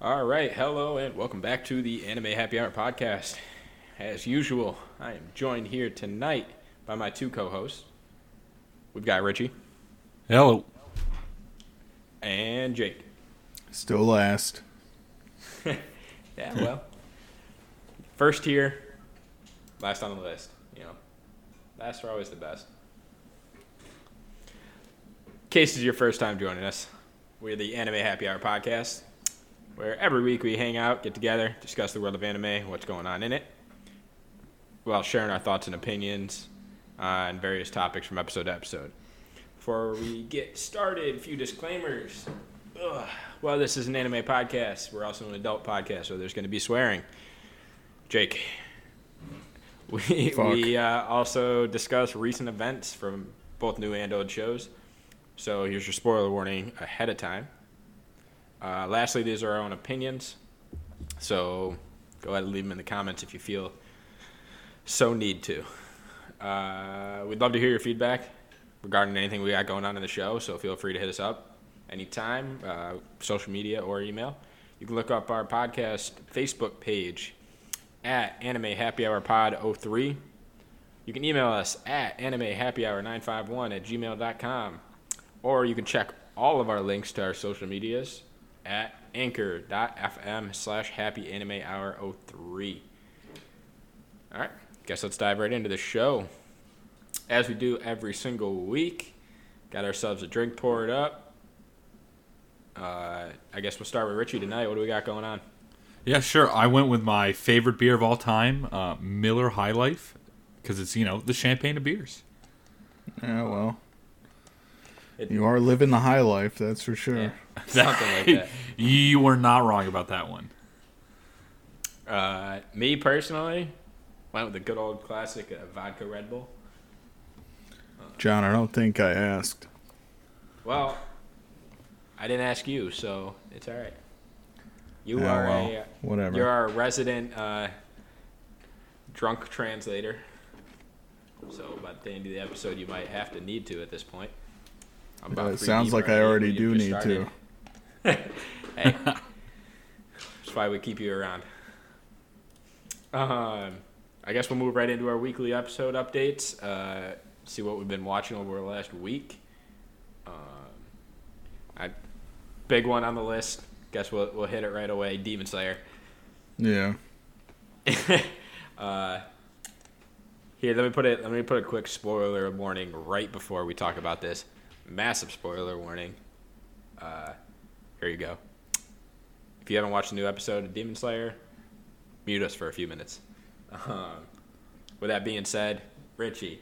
All right, hello and welcome back to the Anime Happy Hour podcast. As usual, I am joined here tonight by my two co-hosts. We've got Richie Hello. and Jake. Still last. Yeah, well, first here, last on the list. You know, last are always the best. Case is your first time joining us. We're the Anime Happy Hour podcast, where every week we hang out, get together, discuss the world of anime, what's going on in it, while sharing our thoughts and opinions on various topics from episode to episode. Before we get started, a few disclaimers. Ugh. Well, this is an anime podcast. We're also an adult podcast, so there's going to be swearing. Jake, we, Fuck. we uh, also discuss recent events from both new and old shows. So here's your spoiler warning ahead of time. Uh, lastly, these are our own opinions. So go ahead and leave them in the comments if you feel so need to. Uh, we'd love to hear your feedback regarding anything we got going on in the show, so feel free to hit us up anytime, uh, social media or email. You can look up our podcast Facebook page at Anime Happy Hour Pod 03. You can email us at animehappyhour951 at gmail.com, or you can check all of our links to our social medias at anchor.fm slash happy anime hour 03. All right, guess let's dive right into the show. As we do every single week, got ourselves a drink poured up. Uh, I guess we'll start with Richie tonight. What do we got going on? Yeah, sure. I went with my favorite beer of all time, uh, Miller High Life, because it's you know the champagne of beers. Yeah, well. You are living the high life, that's for sure. Something like that. you were not wrong about that one. Uh, me personally, went with the good old classic uh, vodka Red Bull. John, I don't think I asked. Well, I didn't ask you, so it's all right. You Yeah, are well, a uh, whatever. You're our resident uh, drunk translator. So by the end of the episode, you might have to need to at this point. I'm Yeah, it three sounds deep like I already You've do just need to. started. hey, that's why we keep you around. Um, I guess we'll move right into our weekly episode updates. Uh, see what we've been watching over the last week. Um, I big one on the list. Guess we'll we'll hit it right away. Demon Slayer. Yeah. uh, here, let me put it. Let me put a quick spoiler warning right before we talk about this. Massive spoiler warning. Uh, here you go. If you haven't watched the new episode of Demon Slayer, mute us for a few minutes. Um, with that being said, Richie,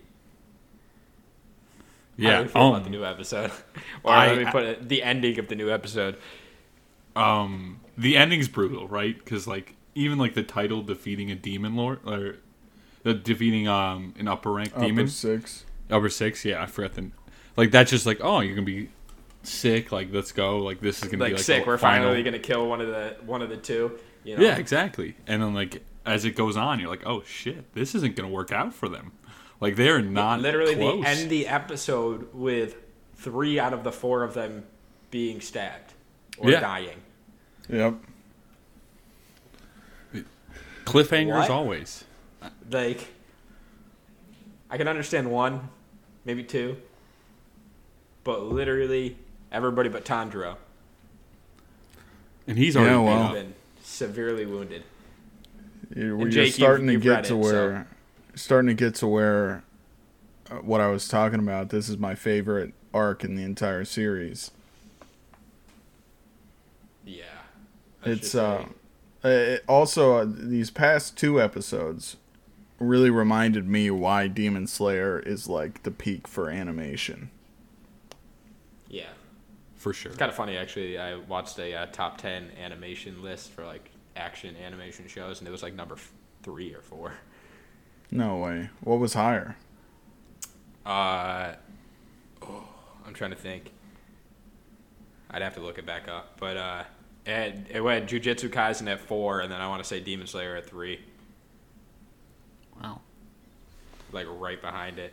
how do Yeah. you feel about the Um, new episode? or I- let me put it, the ending of the new episode. um, the ending's brutal, right? Because like even like the title defeating a demon lord or uh, defeating um an upper rank demon Upper six. Upper six, yeah, I forgot the like that's just like, oh, you're gonna be sick, like let's go, like this is gonna Like, be like sick, the we're final- finally gonna kill one of the one of the two. You know? Yeah, exactly. And then like as it goes on, you're like, oh shit, this isn't gonna work out for them. Like they're not literally close. the end the episode with three out of the four of them being stabbed or Yeah. dying. Yep. Cliffhangers What? always. Like, I can understand one, maybe two, but literally everybody but Tandro And he's Yeah, already well. made has up. been severely wounded. You're, you're Jake, you've- starting you've to read get to it, where starting to get to where uh, what I was talking about. This is my favorite arc in the entire series. Yeah, I should it's say. uh it, also uh, these past two episodes really reminded me why demon slayer is like the peak for animation yeah. for sure. It's kind of funny, actually. I watched a uh, top 10 animation list for like action animation shows, and it was like number f- three or four. no way what was higher Uh, oh, I'm trying to think. I'd have to look it back up, but uh, It had, it had Jujutsu Kaisen at four, and then I want to say Demon Slayer at three, Wow. like right behind it.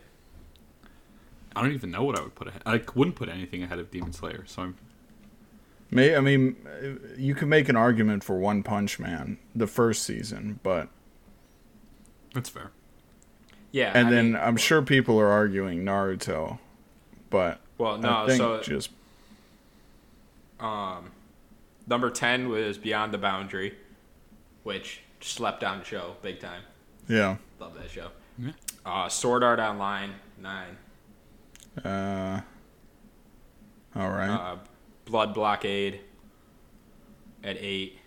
I don't even know what I would put ahead. I wouldn't put anything ahead of Demon Slayer, so I'm May I mean, uh, you could make an argument for One Punch Man the first season, but that's fair. Yeah, and I then mean- I'm sure people are arguing Naruto, but well, no, I think so just number ten was Beyond the Boundary, which slept on show big time. yeah. Love that show. Yeah. Uh, Sword Art Online nine. Uh, all right. Uh, Blood Blockade at eight.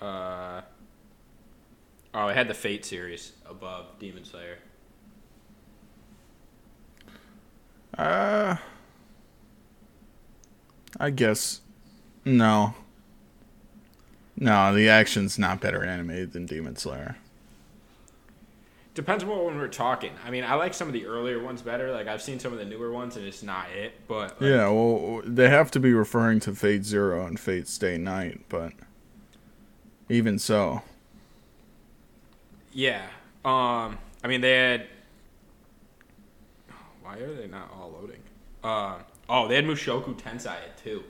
Uh, oh, it had the Fate series above Demon Slayer. Uh, I guess no. No, the action's not better animated than Demon Slayer. Depends on what one we're talking. I mean, I like some of the earlier ones better. Like I've seen some of the newer ones, and it's not it. But like, Yeah, well, they have to be referring to Fate Zero and Fate Stay Night, but even so, yeah. Um, I mean, they had. Why are they not all loading? Uh, oh, they had Mushoku Tensei at two.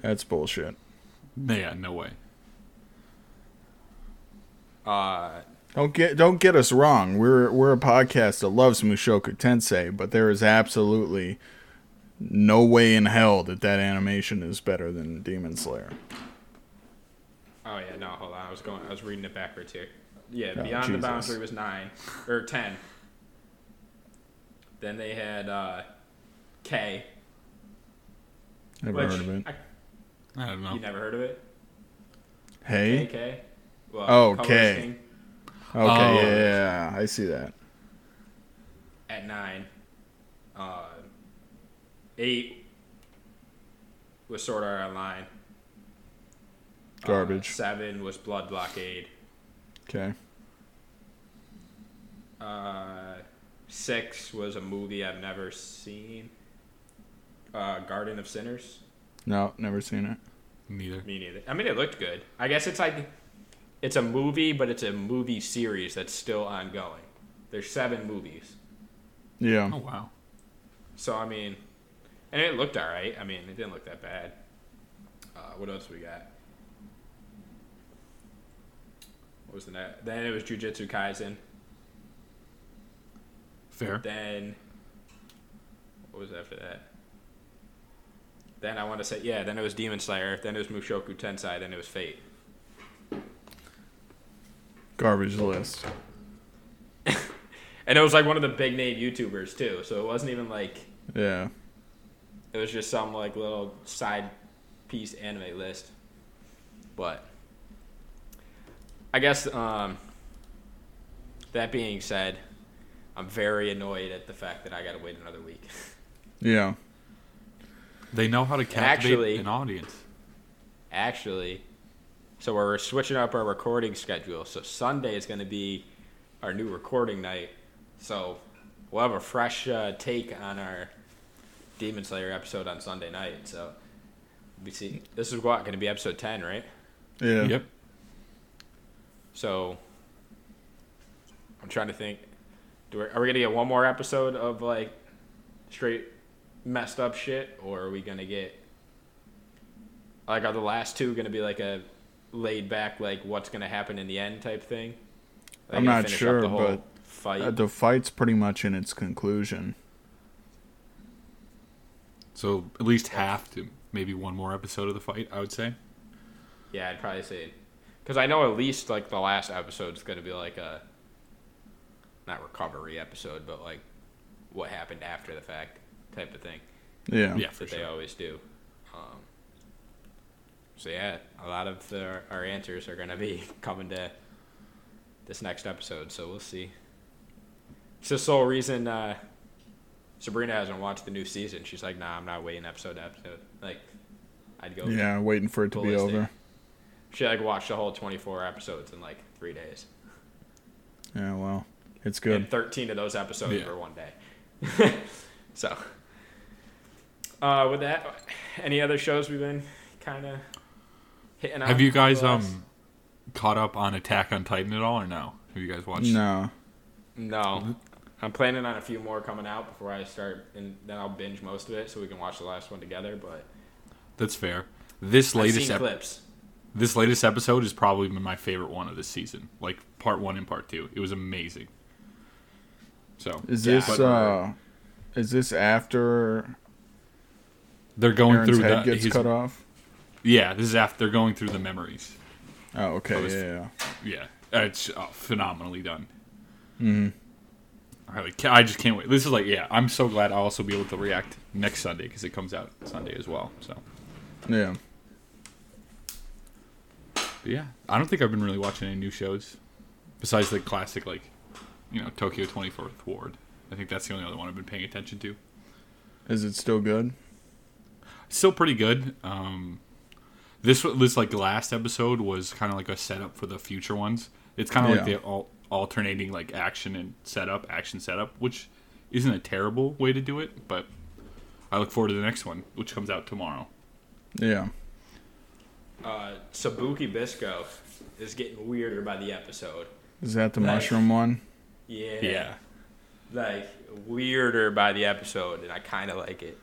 that's bullshit. Yeah, no way. Uh, Don't get don't get us wrong. We're we're a podcast that loves Mushoku Tensei, but there is absolutely no way in hell that that animation is better than Demon Slayer. Oh yeah, no, hold on. I was going. I was reading it backwards here. Yeah, Oh, Beyond the Jesus. Boundary was nine or ten. Then they had uh, K, Never which heard of it. I, I don't know. you never heard of it. Hey, okay, K. Well, Oh, Color K. Sting Oh. yeah, I see that. at nine. Uh, eight was Sword Art Online. Uh, Garbage. seven was Blood Blockade. Okay, Uh, six was a movie I've never seen. Uh, Garden of Sinners. no, never seen it. Neither. Me neither. I mean, it looked good. I guess it's like it's a movie, but it's a movie series that's still ongoing. There's seven movies, Yeah, Oh wow. so I mean, and it looked all right. I mean, it didn't look that bad. Uh, what else we got? What was the next? Then it was Jujutsu Kaisen. Fair. Then what was after that? Then I want to say yeah. Then it was Demon Slayer. Then it was Mushoku Tensei. Then it was Fate. garbage list. And it was like one of the big name YouTubers too. So it wasn't even like Yeah, it was just some like little side piece anime list. But I guess um, that being said, I'm very annoyed at the fact that I got to wait another week. yeah. They know how to captivate Actually- an audience. actually. So we're switching up our recording schedule. So Sunday is going to be our new recording night. So we'll have a fresh uh, take on our Demon Slayer episode on Sunday night. So we see this is what going to be episode 10, right? Yeah. Yep. So I'm trying to think do we, are we going to get one more episode of like straight messed up shit or are we going to get like are the last two going to be like a laid back like what's going to happen in the end type thing? Like, I'm gonna not finish up sure, the whole but, fight. Uh, the fight's pretty much in its conclusion. So at least half to maybe one more episode of the fight, I would say. Yeah, I'd probably say because I know at least like the last episode's going to be like a not recovery episode, but like what happened after the fact type of thing. Yeah. Yeah, for that they sure. always do. Um, so yeah, a lot of the, our answers are gonna be coming to this next episode. So we'll see. It's the sole reason uh, Sabrina hasn't watched the new season. She's like, "Nah, I'm not waiting episode to episode." Like, I'd go. Yeah, waiting for it to be ballistic. over. She like watched the whole 24 episodes in like three days, Yeah, well, it's good. and 13 of those episodes Yeah. were one day. so, Uh, with that, any other shows we've been kind of hitting on? Have you guys for the last- um caught up on Attack on Titan at all or no? Have you guys watched? No. No, I'm planning on a few more coming out before I start, and then I'll binge most of it so we can watch the last one together. But That's fair. This I've latest seen ep- clips. this latest episode has probably been my favorite one of this season. Like part one and part two, it was amazing. So Is Yeah, this but- uh is this after they're going Aaron's through head the gets his- cut off? yeah. This is after they're going through the memories. Oh, okay. this- yeah, yeah. Yeah, it's uh, phenomenally done. Mm-hmm. I, like, I just can't wait. This is like, yeah, I'm so glad I'll also be able to react next Sunday because it comes out Sunday as well. So, Yeah. but yeah, I don't think I've been really watching any new shows besides the classic, like, you know, Tokyo 24th Ward. I think that's the only other one I've been paying attention to. Is it still good? Still pretty good. Um, this wa- this like last episode was kind of like a setup for the future ones. It's kind of like Yeah. the al- alternating like action and setup, action setup, which isn't a terrible way to do it. But I look forward to the next one, which comes out tomorrow. Yeah. Uh, Sabuki Bisco is getting weirder by the episode. Is that the Nice. mushroom one? Yeah. Like weirder by the episode, and I kind of like it.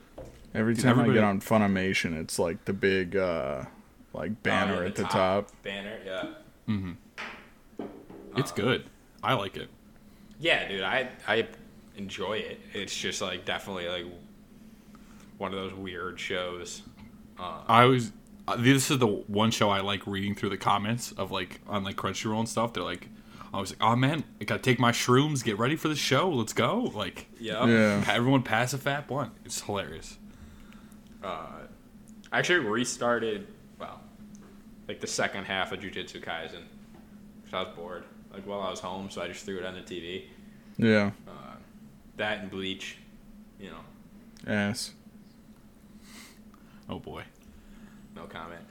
Every Dude, time I everybody- get on Funimation, it's like the big uh like banner Oh, yeah, at the top. Banner, yeah. it's good. I like it. Yeah, dude, I I enjoy it. It's just like definitely like one of those weird shows. I was. uh, This is the one show I like reading through the comments of like on like Crunchyroll and stuff. They're like, I was like, oh man, I gotta take my shrooms, get ready for the show. Let's go. Like, Yeah. Yeah. everyone pass a fat one. It's hilarious. I actually restarted, well, like the second half of Jujutsu Kaisen. 'cause I was bored, like while I was home, so I just threw it on the TV. Yeah. That and Bleach, you know, Ass. Oh boy. no comment.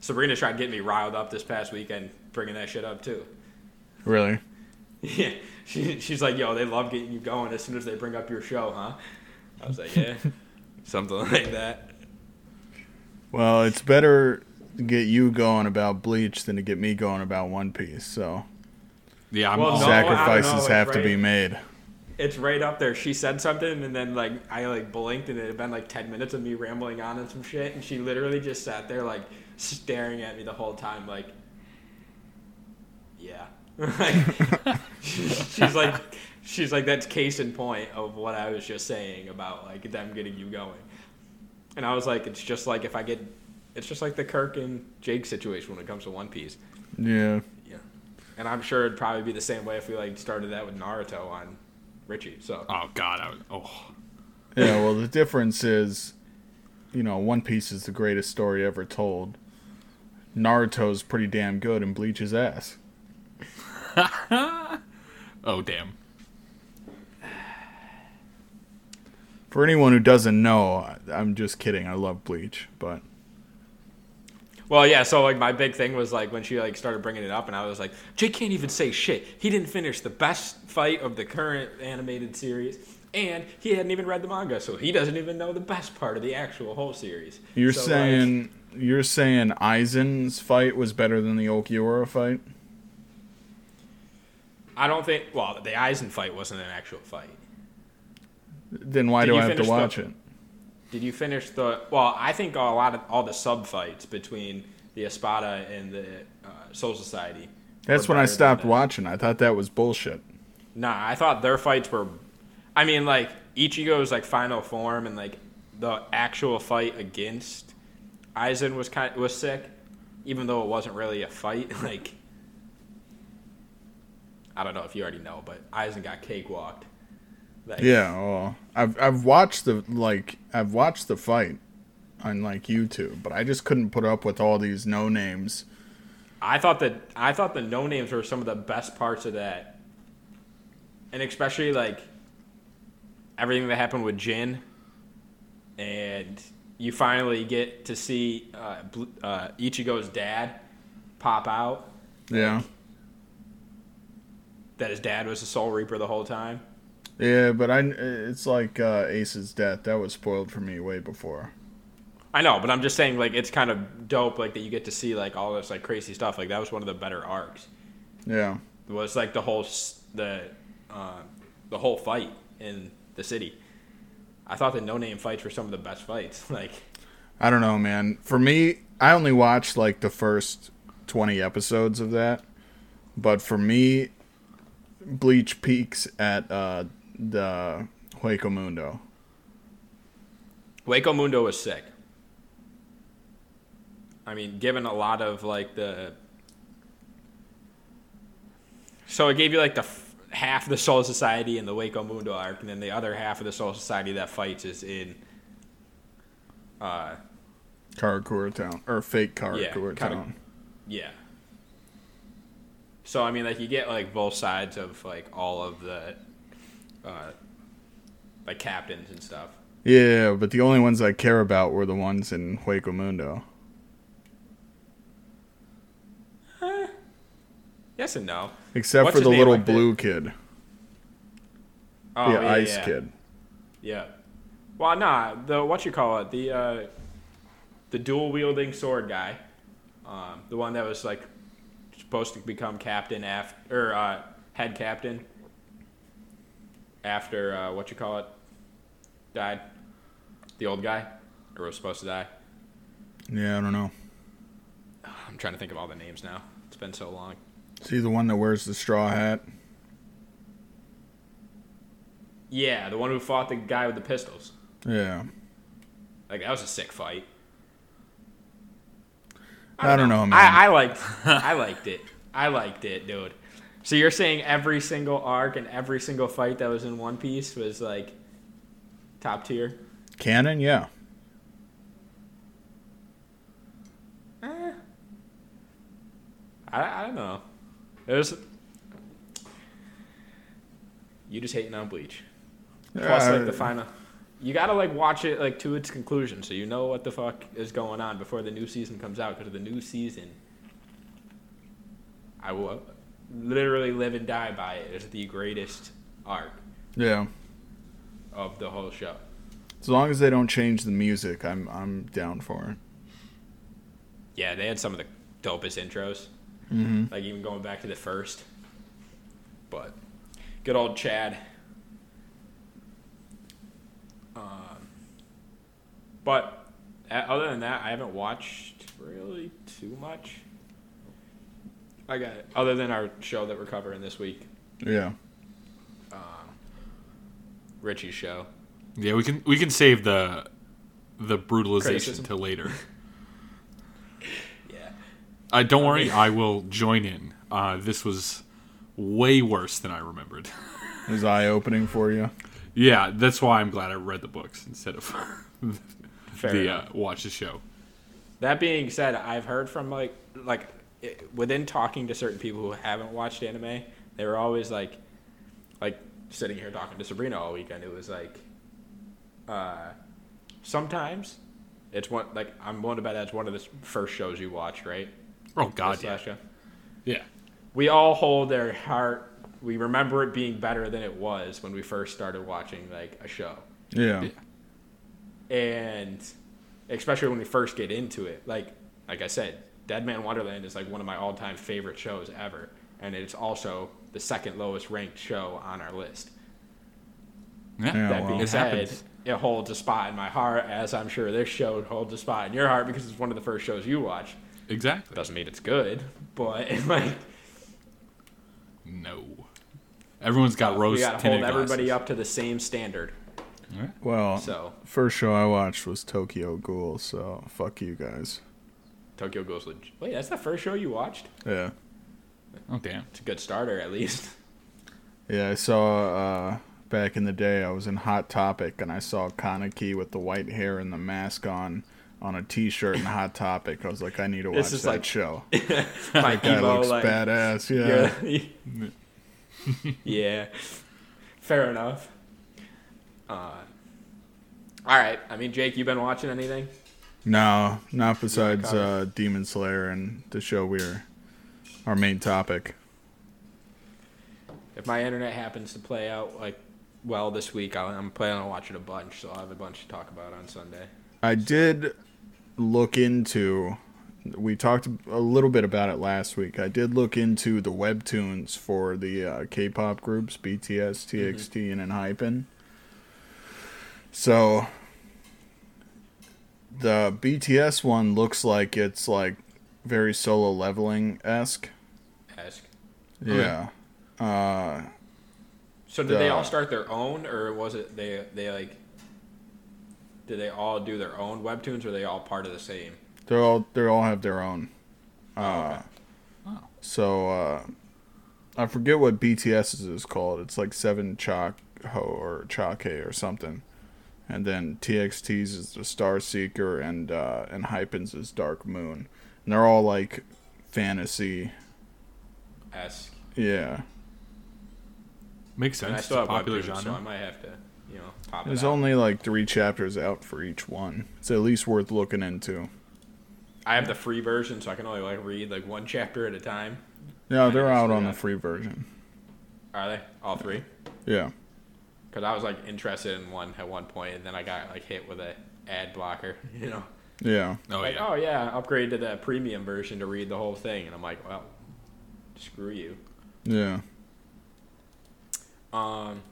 Sabrina tried getting me riled up this past weekend, bringing that shit up too. Really? Yeah, she, she's like, yo, they love getting you going as soon as they bring up your show, huh? I was like, yeah, something like that. Well, it's better to get you going about Bleach than to get me going about One Piece. So Yeah, I'm Well, all- no, I don't know, sacrifices it's have to right. be made. It's right up there. She said something, and then like I like blinked, and it had been like ten minutes of me rambling on and some shit, and she literally just sat there like staring at me the whole time, like, yeah. Like, she's like, she's like, that's case in point of what I was just saying about like them getting you going. And I was like, it's just like if I get, it's just like the Kirk and Jake situation when it comes to One Piece. Yeah. Yeah. And I'm sure it'd probably be the same way if we like started that with Naruto on Richie. So Oh God, I was, oh Yeah, well, the difference is, you know, One Piece is the greatest story ever told. Naruto's pretty damn good and Bleach's ass. oh damn. For anyone who doesn't know, I- I'm just kidding. I love Bleach, but well, yeah. So like my big thing was like when she like started bringing it up, and I was like, Jake can't even say shit. He didn't finish the best fight of the current animated series, and he hadn't even read the manga, so he doesn't even know the best part of the actual whole series. you're So, like, saying you're saying Aizen's fight was better than the Okiura fight? I don't think. Well, the Aizen fight wasn't an actual fight. Then why Did do you I have to finish the- watch it? Did you finish the? Well, I think a lot of all the sub fights between the Espada and the uh, Soul Society. That's were when I better than stopped that. watching. I thought that was bullshit. Nah, I thought their fights were. I mean, like Ichigo's like final form and like the actual fight against Aizen was kind was sick, even though it wasn't really a fight. Like, I don't know if you already know, but Aizen got cakewalked. Like, Yeah, well, I've I've watched the like I've watched the fight on like YouTube, but I just couldn't put up with all these no names. I thought that I thought the no names were some of the best parts of that, and especially like everything that happened with Jin, and you finally get to see uh, Bl- uh, Ichigo's dad pop out Yeah, that his dad was the Soul Reaper the whole time. Yeah, but I it's like uh, Ace's death. That was spoiled for me way before. I know, but I'm just saying like it's kind of dope like that you get to see like all this like crazy stuff. Like that was one of the better arcs. Yeah. It was like the whole s- the uh, the whole fight in the city. I thought the no name fights were some of the best fights. Like I don't know, man. For me, I only watched like the first 20 episodes of that. But for me, Bleach peaks at uh, the Hueco Mundo. Waco Mundo was sick. I mean, given a lot of like the. So it gave you like the f- half of the Soul Society in the Waco Mundo arc, and then the other half of the Soul Society that fights is in. Uh, Karakura Town. Or fake Yeah, Karakura Kara- Town. yeah. So I mean, like you get like both sides of like all of the, uh, like captains and stuff. Yeah, but the only ones I care about were the ones in Hueco Mundo. Yes and no. Except What's for his the name, little like the- blue kid. Oh, the ice yeah. kid. Yeah. Well, nah. The what you call it? The uh, the dual wielding sword guy, um, the one that was like supposed to become captain after or uh, head captain after uh, what you call it died. The old guy, or was supposed to die. Yeah, I don't know. I'm trying to think of all the names now. It's been so long. See the one that wears the straw hat? Yeah, the one who fought the guy with the pistols. Yeah. Like that was a sick fight. I don't know, man. I, I liked I liked it. I liked it, dude. So you're saying every single arc and every single fight that was in One Piece was like top tier? Canon, yeah. Eh. I I don't know. There's you just hating on Bleach. Plus, like the Uh, final, you gotta like watch it like to its conclusion, so you know what the fuck is going on before the new season comes out. Because the new season, I will literally live and die by it. It's the greatest arc Yeah. of the whole show. As long as they don't change the music, I'm I'm down for it. Yeah, they had some of the dopest intros, Mm-hmm. like even going back to the first. But good old Chad. Um, but uh, other than that, I haven't watched really too much. I got other than our show that we're covering this week, Yeah. Richie's show. Yeah, we can we can save the the brutalization Criticism. till later. Yeah. Uh, don't worry, I will join in. Uh, this was way worse than I remembered. Is eye opening for you? yeah, that's why I'm glad I read the books instead of Fair. the enough. uh, watch the show. That being said, I've heard from like like it, within talking to certain people who haven't watched anime, they were always like like sitting here talking to Sabrina all weekend. It was like uh sometimes it's one like I'm willing to bet that's one of the s- first shows you watched, right? Oh The God, yeah, slash show. yeah. We all hold their heart. We remember it being better than it was when we first started watching like a show Yeah. and especially when we first get into it like like i said dead man wonderland is like one of my all-time favorite shows ever and it's also the second lowest ranked show on our list yeah. Yeah. that wow. being It said happens. it holds a spot in my heart as i'm sure this show holds a spot in your heart because it's one of the first shows you watch Exactly. doesn't mean it's good but like no, everyone's got rose we gotta tinted hold everybody glasses. up to the same standard Well, so first show I watched was Tokyo Ghoul, so fuck you guys. tokyo ghost Leg- wait that's the first show you watched Yeah. Oh damn. it's a good starter at least Yeah, I saw uh back in the day I was in Hot Topic and I saw Kaneki with the white hair and the mask on on a t-shirt in Hot Topic. I was like I need to watch This that is like- show. my That emo, looks like, badass. Yeah. Yeah. yeah. Fair enough. Uh, all right. I mean, Jake, you been watching anything? No, not besides copy. uh Demon Slayer and the show we're our main topic. If my internet happens to play out like well this week. I'll, I'm planning on watching a bunch, so I'll have a bunch to talk about on Sunday. I did look into. We talked a little bit about it last week. I did look into the webtoons for the uh, K-pop groups BTS, TXT, and Hypen. So the BTS one looks like it's like very solo leveling esque. Ask. Yeah. Uh, So did they all Uh, start their own, or was it they they like? Did they all do their own webtoons, or were they all part of the same? they're all they all have their own. Uh, Oh. So uh, I forget what BTS is called. It's like Seven Chak Ho or Chake or something. And then TXT's is the Star Seeker and uh, and Hypen's is Dark Moon. And they're all like fantasy. Ask. Yeah. Makes And sense. I It's still a have popular popular genre. so I might have to, you know, pop it There's out. only like three chapters out for each one. It's at least worth looking into. I have the free version, so I can only like read like one chapter at a time. No, they're Yeah, out so on yeah. the free version. Are they all three? Yeah. Because I was like interested in one at one point, and then I got like hit with a ad blocker. You know, Yeah. Oh like yeah. oh yeah, upgrade to the premium version to read the whole thing, and I'm like, well, screw you. Yeah. Um,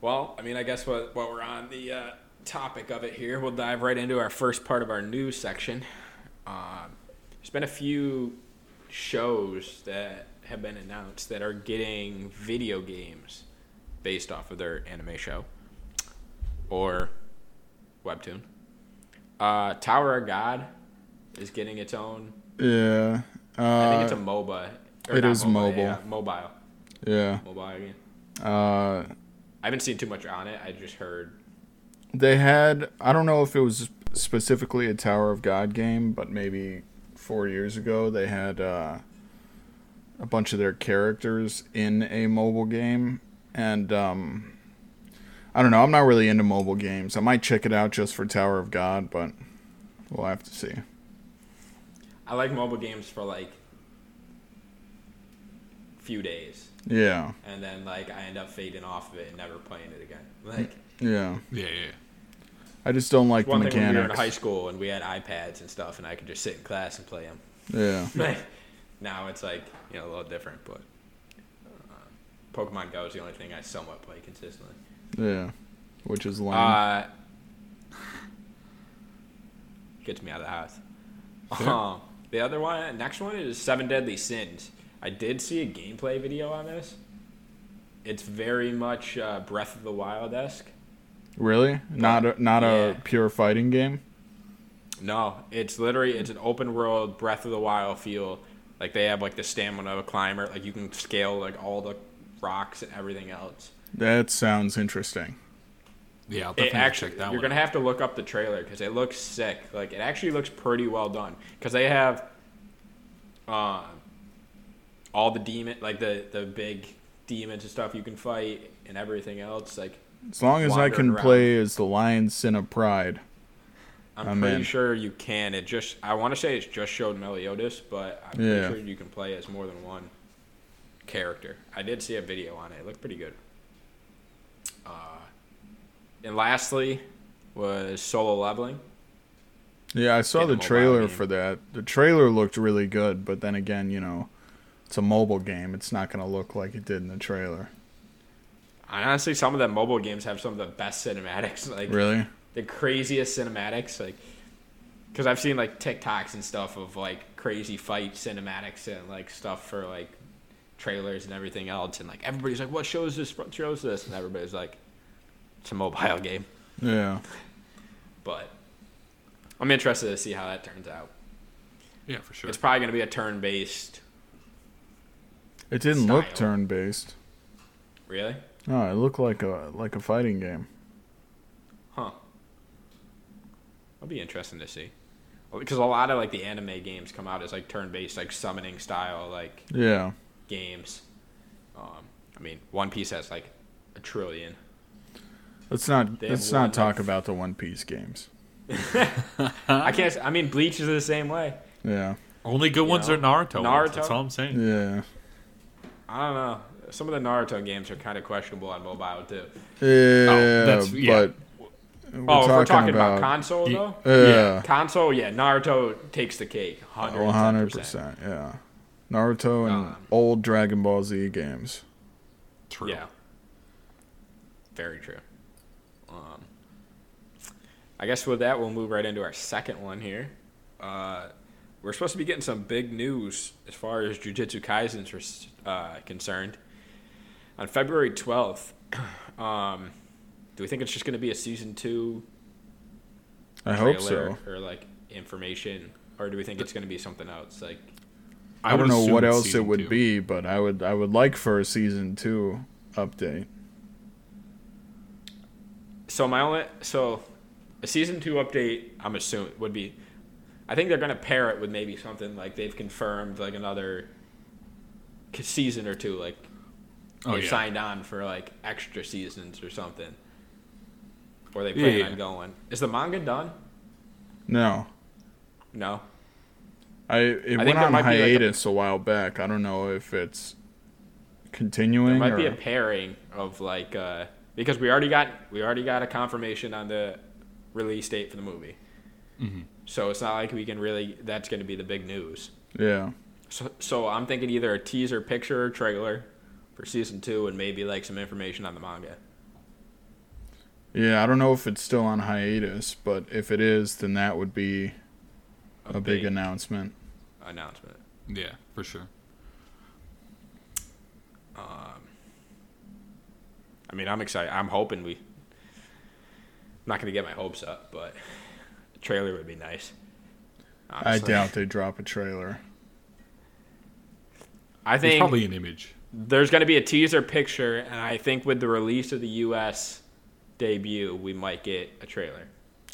well, I mean, I guess what while we're on the uh, topic of it here, we'll dive right into our first part of our news section. Um, there's been a few shows that have been announced that are getting video games based off of their anime show or webtoon. Uh, Tower of God is getting its own. Yeah. Uh, I think it's a MOBA. or it not is mobile. Yeah, mobile. yeah. Mobile game. Uh, I haven't seen too much on it. I just heard they had I don't know if it was specifically a Tower of God game, but maybe four years ago they had uh, a bunch of their characters in a mobile game, and um, I don't know. I'm not really into mobile games. I might check it out just for Tower of God, but we'll have to see. I like mobile games for like few days, Yeah, and then like I end up fading off of it and never playing it again. Like yeah. Yeah, yeah. yeah. I just don't like the one thing when we were in mechanics. high school and we had iPads and stuff, and I could just sit in class and play them. yeah, Like now it's like you know a little different, but uh, Pokemon Go is the only thing I somewhat play consistently. yeah. Which is lame. Uh, gets me out of the house. Um, the other one, next one is Seven Deadly Sins. I did see a gameplay video on this. It's very much uh, Breath of the Wild esque. really? Not a, not a Yeah. pure fighting game. No, it's literally it's an open world Breath of the Wild feel. Like they have like the stamina of a climber. Like you can scale like all the rocks and everything else. That sounds interesting. Yeah, I'll It definitely actually, check that you're one. gonna have to look up the trailer because it looks sick. Like it actually looks pretty well done because they have, uh, all the demon, like the the big demons and stuff you can fight and everything else. Like As long as I wandering can around. play as the Lion Sin of Pride. I'm I'm pretty in. sure you can. It just I want to say it's just showed Meliodas, but I'm Yeah. pretty sure you can play as more than one character. I did see a video on it. It looked pretty good. Uh, and lastly was solo leveling. Yeah, I saw Get a the mobile trailer game. for that. The trailer looked really good, but then again, you know, it's a mobile game. It's not going to look like it did in the trailer. And honestly, some of the mobile games have some of the best cinematics, like Really? the craziest cinematics, like because I've seen like TikToks and stuff of like crazy fight cinematics and like stuff for like trailers and everything else, and like everybody's like, "What shows this? What shows this?" And everybody's like, "It's a mobile game," Yeah. but I'm interested to see how that turns out. yeah, for sure. It's probably gonna be a turn-based, It didn't look Style. turn-based. really? No, it looked like a like a fighting game. Huh. That'll be interesting to see. Well, Because a lot of like the anime games come out as like turn-based, like summoning style, like Yeah. games. Um, I mean, One Piece has like a trillion. Let's not They have let's one not talk life. about the One Piece games. I can't. I mean, Bleach is the same way. Yeah. Only good ones know, are Naruto. ones, Naruto. That's all I'm saying. Yeah. I don't know. some of the Naruto games are kind of questionable on mobile too. Yeah, that's- yeah. but we're oh, if we're talking about, uh. about console though, yeah, console, yeah, Naruto takes the cake, Oh, one hundred hundred percent. percent, yeah. Naruto and Um, old Dragon Ball Z games. True. Yeah, very true. Um, I guess with that, we'll move right into our second one here. Uh, we're supposed to be getting some big news as far as Jujutsu Kaisen's res- uh, concerned. On February twelfth, um, do we think it's just going to be a season two I hope so. trailer or like information, or do we think it's going to be something else? Like, I, don't would know assume what it's else it season would two. be, but I would I would like for a season two update. so my only so a season two update. I'm assuming would be. I think they're going to pair it with maybe something like they've confirmed like another k- season or two. Like Oh, they've yeah. signed on for like extra seasons or something. Or they Yeah, plan yeah. on going. Is the manga done? No, No. I it I think went there on might be, like, a- hiatus a while back. I don't know if it's continuing It might or be a pairing of like uh, because we already got we already got a confirmation on the release date for the movie. Mm-hmm. So it's not like we can really that's going to be the big news. yeah. So so I'm thinking either a teaser picture or trailer for season 2 and maybe like some information on the manga. Yeah, I don't know if it's still on hiatus, but if it is, then that would be a, big, announcement. announcement. Yeah, for sure. I mean, I'm excited. I'm hoping we I'm not going to get my hopes up, but a trailer would be nice. I honestly. doubt they drop a trailer. I It's think probably an image. there's going to be a teaser picture, and I think with the release of the U.S. debut, we might get a trailer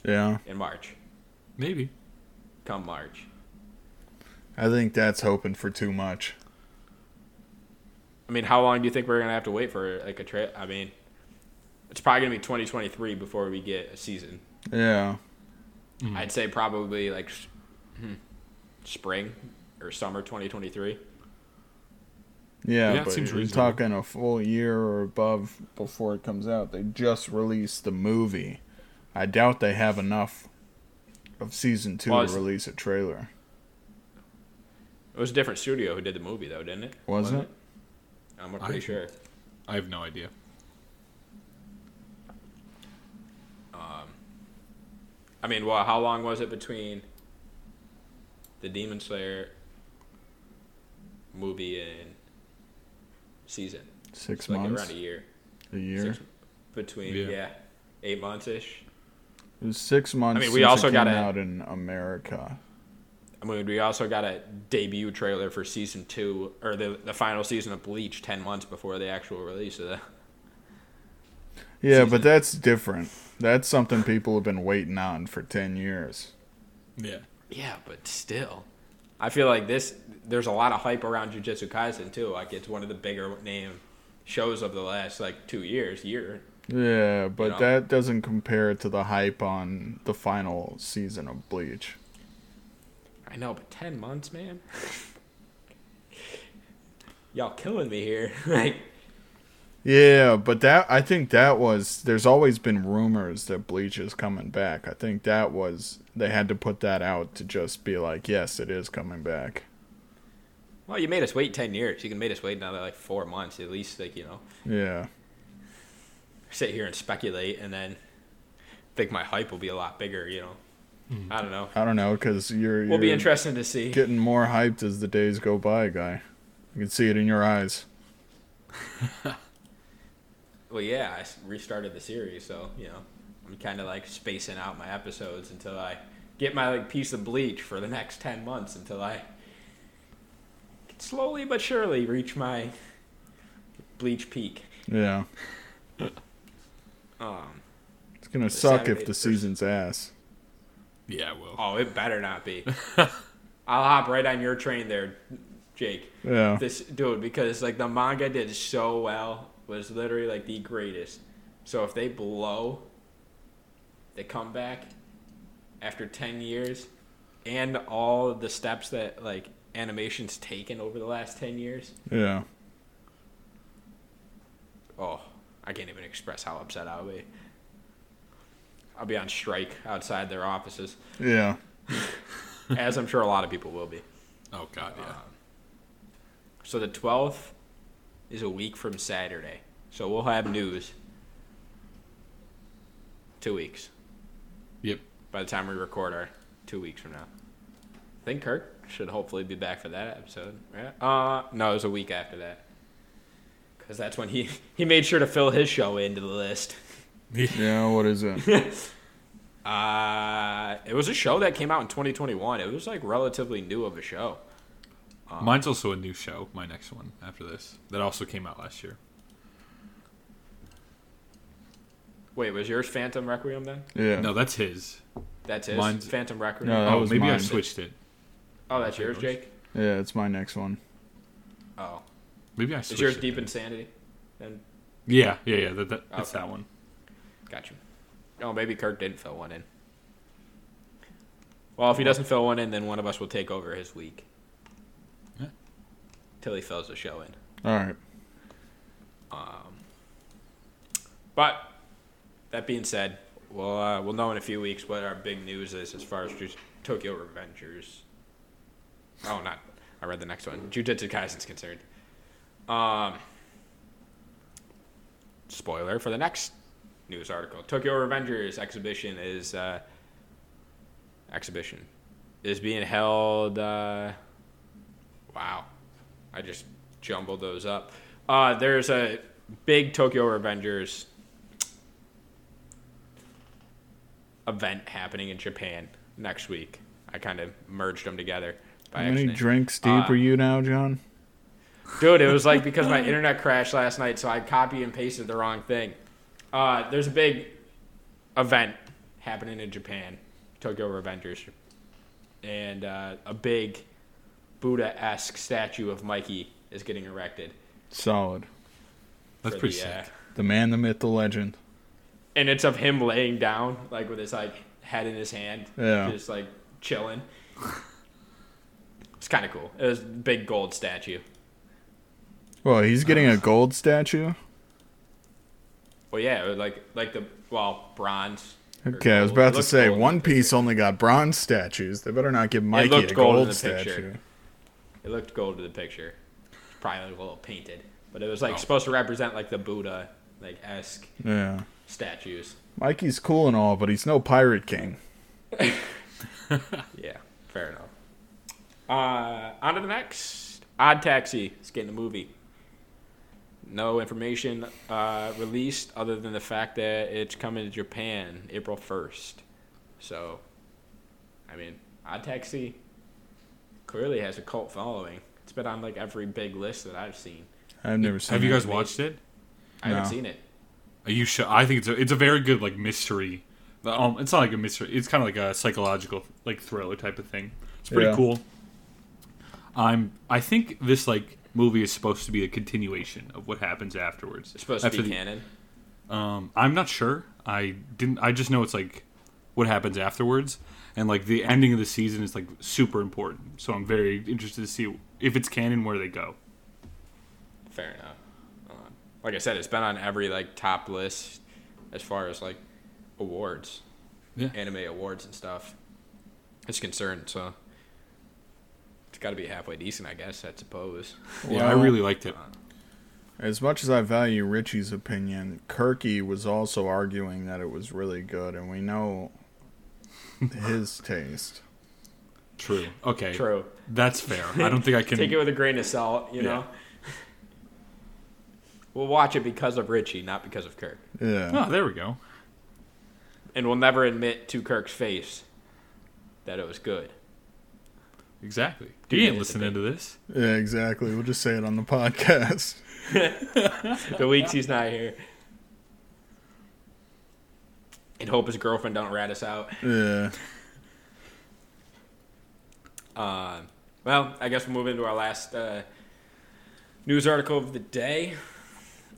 Yeah, in March. Maybe. Come March. I think that's hoping for too much. I mean, how long do you think we're going to have to wait for like a trip? I mean, it's probably going to be 2023 before we get a season. Yeah, Mm-hmm. I'd say probably like s- hmm, spring or summer 2023. Yeah, yeah, it but seems you're reasonable. talking a full year or above before it comes out. They just released the movie. I doubt they have enough of season two Well, to it's- release a trailer. It was a different studio who did the movie though, didn't it? Was Wasn't it? I'm pretty I- sure. I have no idea. I mean, well, how long was it between the Demon Slayer movie and season? Six It's like months, around a year. a year. Six, between Yeah. yeah. eight months ish. It was six months. we since also it gotta- came out in America. I mean, we also got a debut trailer for season two or the the final season of Bleach ten months before the actual release of the. Yeah, but that's different. That's something people have been waiting on for 10 years. Yeah. Yeah, but still, I feel like this. There's a lot of hype around Jujutsu Kaisen too. Like it's one of the bigger name shows of the last like two years, year. Yeah, but Yeah. that doesn't compare to the hype on the final season of Bleach. I know, but ten months, man. Y'all killing me here. like, Yeah, but that I think that was there's always been rumors that Bleach is coming back. I think that was they had to put that out to just be like, yes, it is coming back. well, you made us wait ten years. You can made us wait another like four months at least. Like you know, Yeah. sit here and speculate, and then think my hype will be a lot bigger. You know, I don't know. I don't know cuz you're Will be you're interesting to see. getting more hyped as the days go by, guy. You can see it in your eyes. Well, yeah, I s- restarted the series, so you know, I'm kind of like spacing out my episodes until I get my like piece of bleach for the next ten months until I can slowly but surely reach my bleach peak. Yeah. Um, It's going to suck Saturday if the first. season's ass. Yeah, I will. oh, it better not be. I'll hop right on your train there, Jake. Yeah. This dude, because like the manga did so well, was literally like the greatest. So if they blow, they come back after ten years, and all of the steps that like animation's taken over the last ten years, Yeah. oh, I can't even express how upset I'll be. I'll be on strike outside their offices, Yeah. as I'm sure a lot of people will be. Oh god, yeah. Um, So the 12th is a week from Saturday. So we'll have news. Two weeks. Yep. By the time we record our two weeks from now. I think Kirk should hopefully be back for that episode. Right? Uh, no, it was a week after that. Because that's when he, he made sure to fill his show into the list. Yeah, what is it? Uh, it was a show that came out in 2021. It was like relatively new of a show. Mine's also a new show. My next one after this that also came out last year. Wait, was yours Phantom Requiem then? Yeah. No, that's his. That's his Mine's- Phantom Requiem. No, that oh, was maybe I mine. switched it. oh, that's yours, Yours. Jake. Yeah, it's my next one. Oh, Maybe I is switched. yours it Deep then. Insanity? Then Yeah, yeah, yeah. That, that, that's Okay. that one. got you. Oh, maybe Kirk didn't fill one in. Well, if he doesn't fill one in, then one of us will take over his week. Yeah. Till he fills the show in. All right. But that being said, we'll uh, we'll know in a few weeks what our big news is as far as Ju- Tokyo Revengers. Oh, not I read the next one. Jujutsu Kaisen's concerned. Um, spoiler for the next news article: Tokyo Revengers exhibition is uh, exhibition is being held. Uh, wow, I just jumbled those up. Uh, there's a big Tokyo Revengers event happening in Japan next week. I kind of merged them together by How many accident. drinks deep Uh, are you now, John? Dude, it was like because my internet crashed last night, so I copy and pasted the wrong thing. Uh, there's a big event happening in Japan, Tokyo Revengers, and uh, a big Buddha-esque statue of Mikey is getting erected. Solid. That's for pretty the, uh, sick. The man, the myth, the legend. and it's of him laying down, like with his like head in his hand, Yeah. just like chilling. It's kind of cool. It was a big gold statue. Well, he's getting Uh, a gold statue. Well, yeah, it was like like the well bronze. or Okay, I was gold. It about to looked say gold. One Piece only got bronze statues. They better not give Mikey looked a gold in gold the picture. statue. It looked gold to the picture. It's probably a little painted, but it was Oh. like supposed to represent like the Buddha like esque Yeah. statues. Mikey's cool and all, but he's no pirate king. Yeah, fair enough. Uh, on to the next. Odd Taxi is getting a movie. No information uh, released other than the fact that it's coming to Japan April 1st. So, I mean, Odd Taxi clearly has a cult following. It's been on like every big list that I've seen. I've never seen. Have you it. guys watched it? I haven't No. seen it. Are you sure? I think it's a, it's a very good like mystery. Um, it's not like a mystery. It's kind of like a psychological like thriller type of thing. It's pretty Yeah. cool. I'm. I think this like movie is supposed to be a continuation of what happens afterwards. It's supposed to After be the- canon. Um, I'm not sure. I didn't. I just know it's like what happens afterwards, and like the ending of the season is like super important. So I'm very interested to see if it's canon where they go. Fair enough. Uh, like I said, it's been on every like top list as far as like awards, Yeah. anime awards and stuff. It's concerned, so it's got to be halfway decent, I guess. I suppose. yeah, I Well- really liked it. As much as I value Richie's opinion, Kirky was also arguing that it was really good, and we know his taste. True. Okay. True. That's fair. I don't think I can. Take it with a grain of salt, you know. we'll watch it because of Richie, not because of Kirk, Yeah. Oh, there we go. and we'll never admit to Kirk's face that it was good. Exactly. Dude, he it ain't is a listening big- to this. Yeah, exactly. We'll just say it on the podcast. the weeks he's not here. And hope his girlfriend don't rat us out. Yeah. Uh, well, I guess we'll move into our last uh, news article of the day.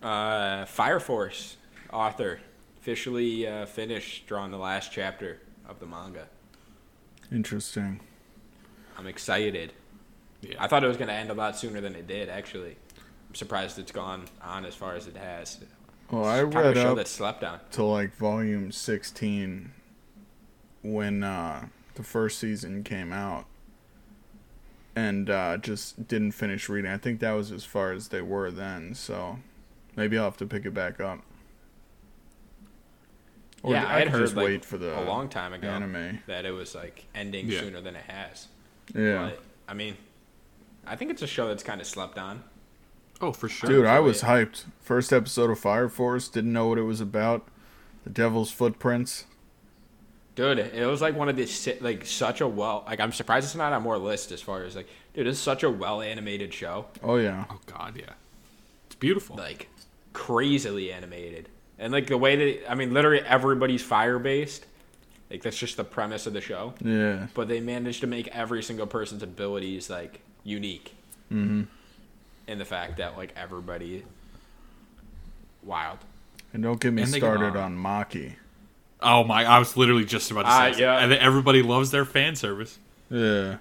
Uh, Fire Force author officially uh, finished drawing the last chapter of the manga. Interesting. I'm excited. Yeah. I thought it was going to end a lot sooner than it did, actually. surprised it's gone on as far as it has. Well, I Kind of read a show up that slept on. to like volume 16 when uh, the first season came out and uh, just didn't finish reading. I think that was as far as they were then, so maybe I'll have to pick it back up. Or yeah, I I had could heard just like, wait for the a long time ago anime. that it was like ending Yeah. sooner than it has. Yeah. But, I mean, I think it's a show that's kind of slept on. Oh, for sure. Dude, I enjoy was it. hyped. First episode of Fire Force, didn't know what it was about. The Devil's Footprints. Dude, it was like one of the si- like such a well like I'm surprised it's not on more lists as far as like dude, it's such a well animated show, Oh yeah. Oh God, yeah. It's beautiful. like crazily animated, and like the way that I mean, literally everybody's fire based, like that's just the premise of the show. Yeah. But they managed to make every single person's abilities like unique, mm-hmm. in the fact that like everybody wild. And don't get me And they got, started uh, on Maki. oh my, I was literally just about to say. Ah, that. yeah. And then everybody loves their fan service. Yeah.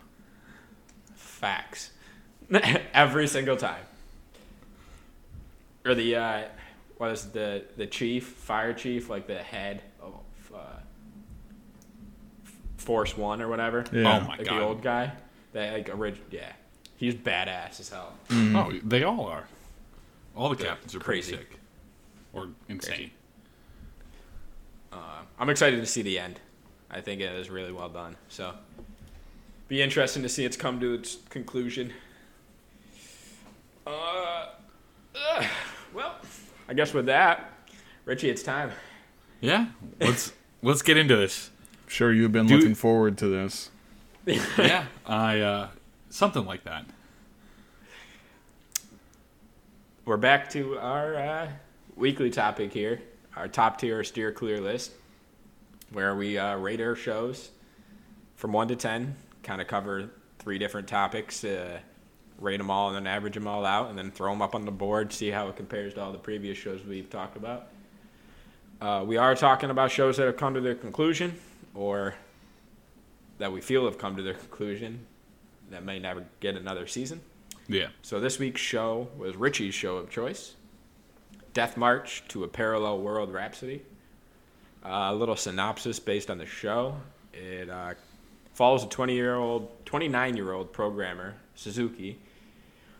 Facts. Every single time. Or the uh, what is it, the the chief, fire chief, like the head of uh, Force One or whatever. Yeah. Oh my Like God. the old guy. That like orig- yeah. He's badass as hell. Oh, they all are. All the Mm-hmm. They're captains are crazy. crazy, sick or insane. Crazy. I'm excited to see the end. I think it is really well done. So be interesting to see it's come to its conclusion. Uh, ugh, well, I guess with that, Richie, it's time. Yeah, let's let's get into this. Sure you've been Dude- looking forward to this. Yeah, I uh, something like that. We're back to our uh, weekly topic here, our top tier steer clear list, where we uh, rate our shows from one to ten. Kind of cover three different topics, uh, rate them all, and then average them all out, and then throw them up on the board, see how it compares to all the previous shows we've talked about. Uh, we are talking about shows that have come to their conclusion, or that we feel have come to their conclusion, that may never get another season. Yeah, So this week's show was Richie's show of choice, Death March to a Parallel World Rhapsody. Uh, a little synopsis based on the show. It uh, follows a 20-year-old, 29-year-old programmer Suzuki,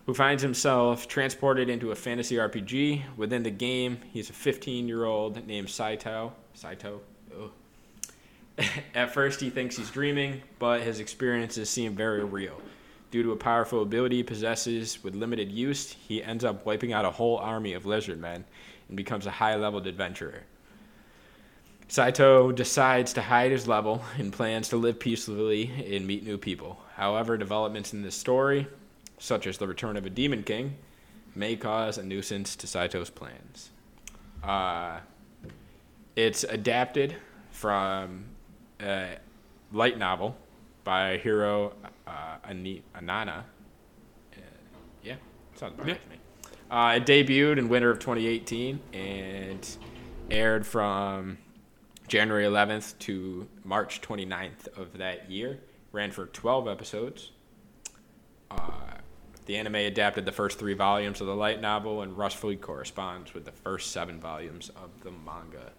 who finds himself transported into a fantasy RPG. Within the game, he's a 15-year-old named Saito. Saito. Ugh. At first, he thinks he's dreaming, but his experiences seem very real. Due to a powerful ability he possesses with limited use, he ends up wiping out a whole army of lizard men and becomes a high leveled adventurer. Saito decides to hide his level and plans to live peacefully and meet new people. However, developments in this story, such as the return of a demon king, may cause a nuisance to Saito's plans. Uh, it's adapted from a light novel by Hiro uh, Ani- Anana. Uh, yeah, sounds about Yeah. right to me. Uh, it debuted in winter of 2018 and aired from January 11th to March 29th of that year. Ran for 12 episodes. Uh, The anime adapted the first three volumes of the light novel, and roughly corresponds with the first seven volumes of the manga.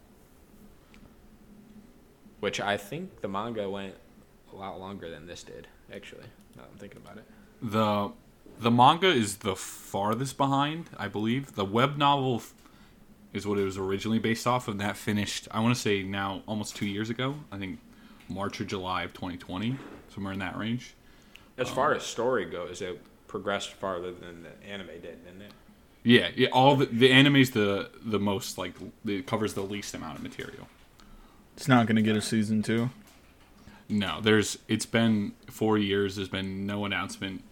Which I think the manga went a lot longer than this did, actually. Now that I'm thinking about it. the the manga is the farthest behind, I believe. The web novel f- is what it was originally based off of. That finished, I want to say now almost two years ago. I think March or July of 2020, somewhere in that range. As far as story goes, it progressed farther than the anime did, didn't it? Yeah, yeah. All the, the anime's the the most like l- it covers the least amount of material. It's not going to get a season 2. No, there's it's been four years. There's been no announcement.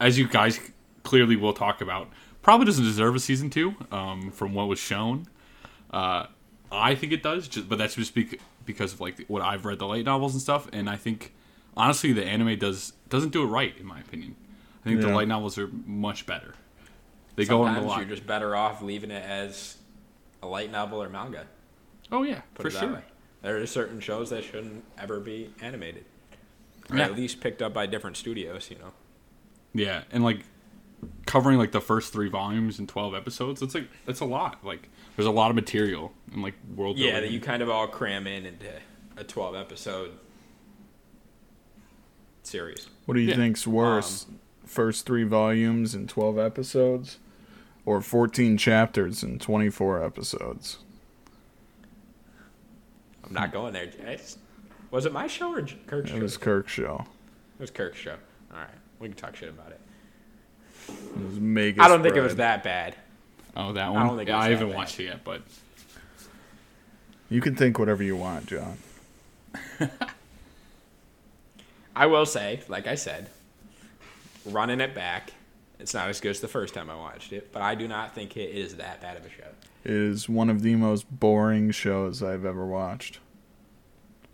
As you guys clearly will talk about, probably doesn't deserve a season two. Um, from what was shown, uh, I think it does. Just, but that's just bec- because of like what I've read the light novels and stuff. And I think honestly, the anime does doesn't do it right in my opinion. I think the Yeah. light novels are much better. They go on a Sometimes lot. you're just better off leaving it as a light novel or manga. oh yeah, Put for it that sure. way. There are certain shows that shouldn't ever be animated. Or Yeah. at least picked up by different studios, you know. Yeah, and like covering like the first three volumes in 12 episodes it's like it's a lot like there's a lot of material and like world Yeah, building. that you kind of all cram in into a 12 episode series. What do you Yeah. think's worse, Um, first three volumes and twelve episodes, or fourteen chapters and twenty-four episodes? I'm not going there. It's- was it my show or J- Kirk's It show? was Kirk's show. it was Kirk's show. All right, we can talk shit about it. It was Megas I don't think it was Pride. that bad. oh that one i, don't think it's I that haven't bad. watched it yet but You can think whatever you want, John. I will say, like I said, running it back, it's not as good as the first time I watched it, but I do not think it is that bad of a show. It is one of the most boring shows I've ever watched.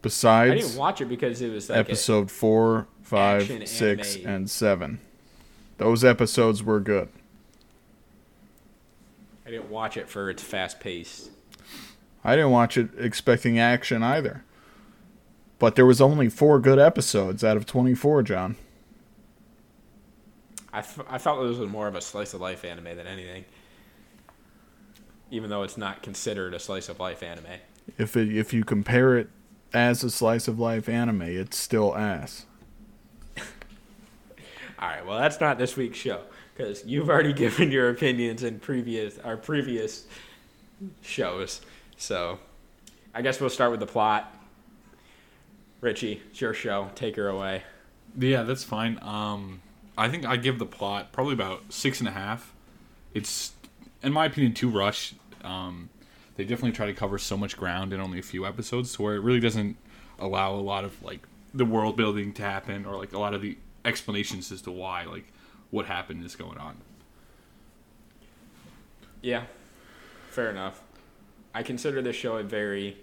Besides I didn't watch it because it was like a- episode four, five, six, Action anime. and seven. Those episodes were good. I didn't watch it for its fast pace. I didn't watch it expecting action either. But there was only four good episodes out of twenty four, John. I, f- I felt this was more of a slice of life anime than anything, even though it's not considered a slice of life anime. If it, if you compare it as a slice of life anime, it's still ass. All right, well that's not this week's show because you've already given your opinions in previous our previous shows. So I guess we'll start with the plot. Richie, it's your show. Take her away. Yeah, that's fine. Um, I think I give the plot probably about six and a half. It's, in my opinion, too rushed. Um, they definitely try to cover so much ground in only a few episodes, to where it really doesn't allow a lot of like the world building to happen, or like a lot of the explanations as to why, like what happened is going on. Yeah, fair enough. I consider this show a very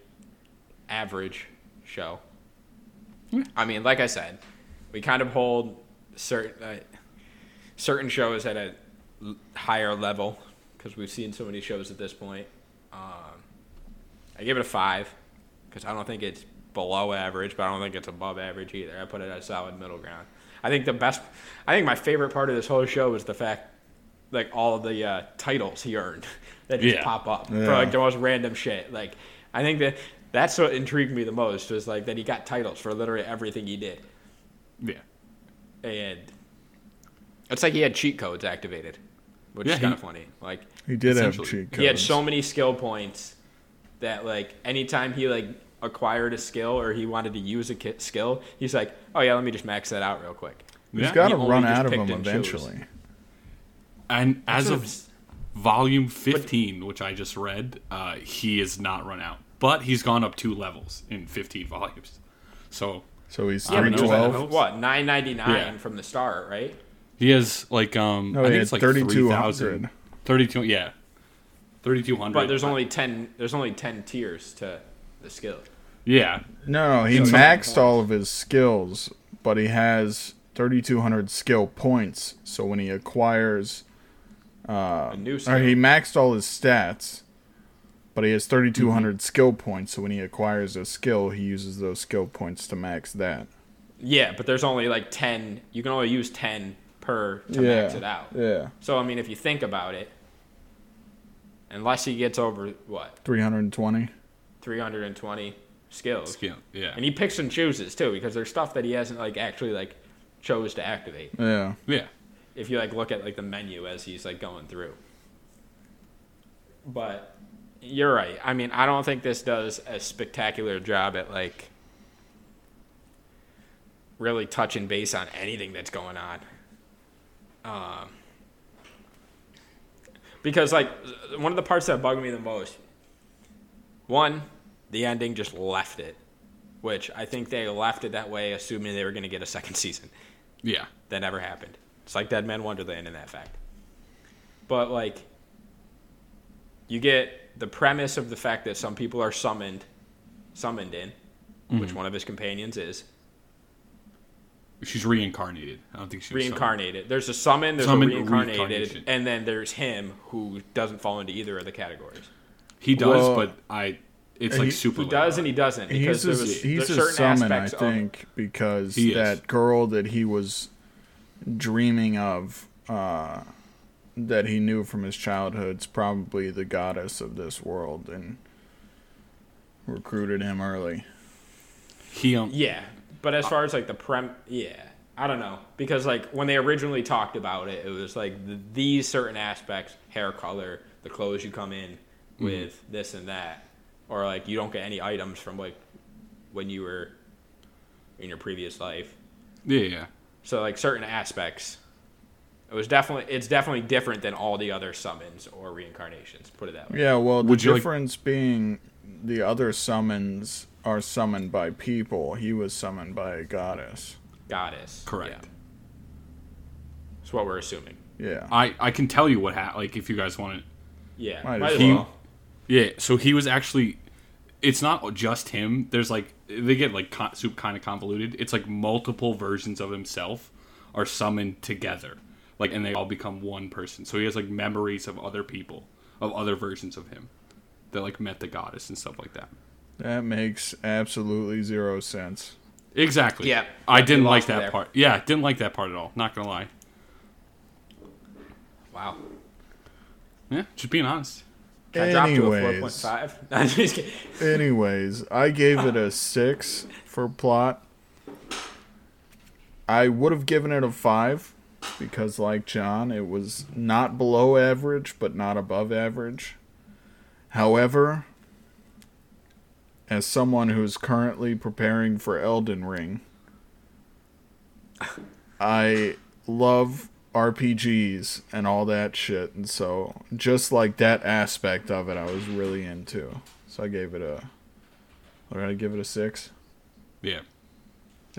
average show. Yeah. I mean, like I said, we kind of hold certain uh, certain shows at a l- higher level because we've seen so many shows at this point. Um, I give it a five because I don't think it's below average, but I don't think it's above average either. I put it at a solid middle ground. I think the best, I think my favorite part of this whole show was the fact, like all of the uh, titles he earned that just Yeah. pop up for Yeah. like the most random shit. Like I think that that's what intrigued me the most was like that he got titles for literally everything he did, Yeah, and it's like he had cheat codes activated, which Yeah, is kind of he- funny. Like He did have Essentially. cheat codes. he had so many skill points that like anytime he like acquired a skill or he wanted to use a ki- skill, he's like, oh yeah, let me just max that out real quick. He's yeah. got to he only run just out of picked them and chose. eventually. and as Sort of of- volume fifteen, which I just read, uh, he is not run out, but he's gone up two levels in fifteen volumes. So So he's yeah, don't but three he was at, twelve. know. what nine ninety nine Yeah. from the start, right? He has like um No, I he think had it's like 3,200. 32,000. 32 yeah. 3200. But there's only ten. There's only ten tiers to the skill. Yeah. No, he Yeah, something maxed points. all of his skills, but he has 3,200 skill points. So when he acquires, a new or skill. he maxed all his stats, but he has 3,200 skill points. So when he acquires a skill, he uses those skill points to max that. yeah, but there's only like ten. You can only use ten per to max it out. Yeah. So I mean, if you think about it, unless he gets over what 320. 320 skills, Skill. Yeah. and he picks and chooses too, because there's stuff that he hasn't like actually like chose to activate. Yeah. Yeah. if you like look at like the menu as he's like going through. But you're right. I mean, I don't think this does a spectacular job at like really touching base on anything that's going on. Um because like one of the parts that bugged me the most one, the ending just left it, which I think they left it that way assuming they were going to get a second season Yeah. that never happened. It's like Dead Man Wonderland in that fact. But like, you get the premise of the fact that some people are summoned, summoned in, Mm-hmm. which one of his companions is She's reincarnated. I don't think she was summoned. reincarnated. There's a summon, there's Summoned a or reincarnated, reincarnation. and then there's him who doesn't fall into either of the categories. He does, Well, but I it's he- like super He late does on. and he doesn't because He's there a, was he's there's a certain summon, I aspects of think, because He is. that girl that he was dreaming of uh, that he knew from his childhood's probably the goddess of this world and recruited him early. He um, Yeah, but as far as like the prem, yeah, I don't know because like when they originally talked about it, it was like th these certain aspects: hair color, the clothes you come in Mm. with, this and that, or like you don't get any items from like when you were in your previous life. yeah, yeah. So like certain aspects. It was definitely it's definitely different than all the other summons or reincarnations. Put it that way. Yeah, well, the Would you like- difference being the other summons are summoned by people. He was summoned by a goddess. Goddess. correct. Yeah. That's what we're assuming. Yeah. I I can tell you what happened. Like if you guys want to Yeah. Might might as as well. well. Yeah, so he was actually. It's not just him. There's like they get like con- soup kind of convoluted. It's like multiple versions of himself are summoned together, like and they all become one person. So he has like memories of other people, of other versions of him, that like met the goddess and stuff like that. That makes absolutely zero sense. Exactly. Yeah. I didn't They like lost me that there. part. Yeah, didn't like that part at all. Not gonna lie. Wow. Yeah, just being honest. Can I drop to a four point Anyways, five? I'm just kidding. anyways, I gave it a 6 for plot. I would have given it a 5 because like John, it was not below average but not above average. However, as someone who's currently preparing for Elden Ring, I love RPGs and all that shit, and so just like that aspect of it, I was really into. So I gave it a. What did I give it a six? Yeah,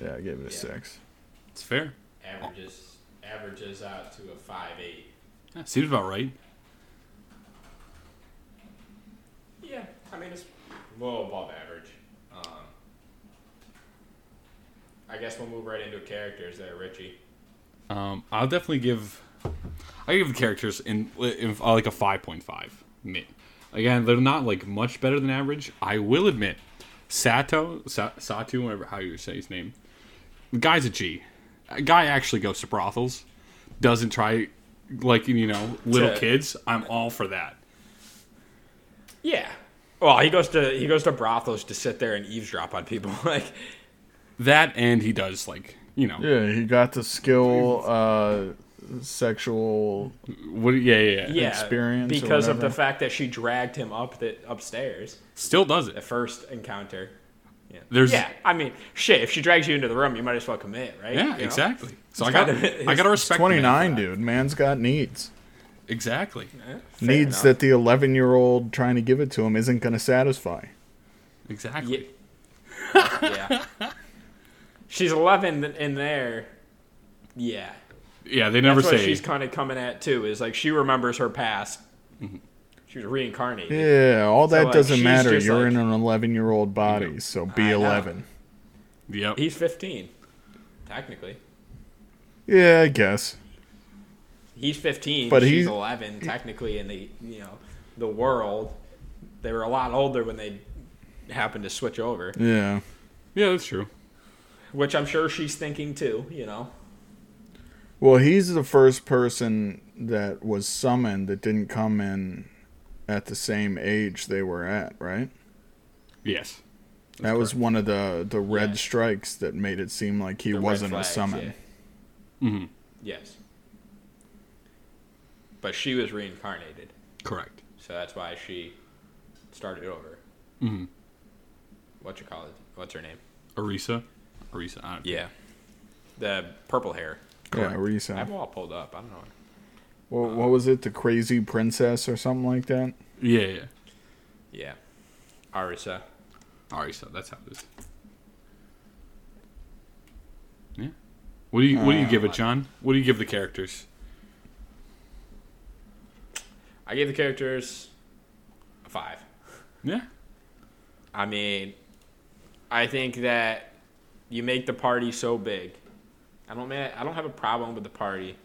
Yeah, I gave it a Yeah. six. it's fair. Averages averages out to a five eight. Yeah, seems about right. Yeah, I mean it's well above average. Um, I guess we'll move right into characters there, Richie. Um, I'll definitely give. I give the characters in, in uh, like a five point five. Again, they're not like much better than average. I will admit, Sato, Sa- Satu, whatever how you say his name, the guy's a G. A guy actually goes to brothels, doesn't try like you know little Yeah. kids. I'm all for that. Yeah. Well, he goes to he goes to brothels to sit there and eavesdrop on people. like, That and he does like you know Yeah, he got the skill, uh, sexual. what? Yeah, yeah, yeah. yeah, Experience or because of the whatever. fact that she dragged him up the upstairs Still does the it. first encounter. Yeah. There's- yeah, I mean, shit. If she drags you into the room, you might as well commit, right? You Yeah, know? exactly. So I kind got of- it's- I got to respect the man for Twenty nine, that. dude. Man's got needs. Exactly. Yeah, fair needs enough. that the eleven year old trying to give it to him isn't going to satisfy. Exactly. Yeah. yeah. She's 11 th- in there. Yeah. Yeah, they never That's what say she's kind of coming at, too, is like she remembers her past. Mm-hmm. She was reincarnated. Yeah, all that like, doesn't she's matter. just You're like- in an eleven year old body, so be I know. eleven. Yep. He's 15, technically. Yeah, I guess. He's 15, But she's he- 11, technically, in the, you know, the world. They were a lot older when they happened to switch over, Yeah. Yeah, that's true. which I'm sure she's thinking, too, you know. Well, he's the first person that was summoned that didn't come in at the same age they were at, right? Yes. that was one of the the red Yeah. strikes that made it seem like he the red wasn't a flags, summon. yeah. Mhm. Yes. But she was reincarnated, Correct. so that's why she started over. Mhm. What you call it? What's her name? Arisa. Arisa. I don't Yeah. The purple hair. Yeah, Correct. I have Risa. them all pulled up. I don't know. What, what was it? The crazy princess or something like that? yeah, yeah. Yeah. Arisa. Arisa. That's how it is. Yeah. What do you What do Uh, you give it, John? What do you give the characters? I gave the characters a five. Yeah. I mean, I think that you make the party so big. I don't man, I don't have a problem with the party.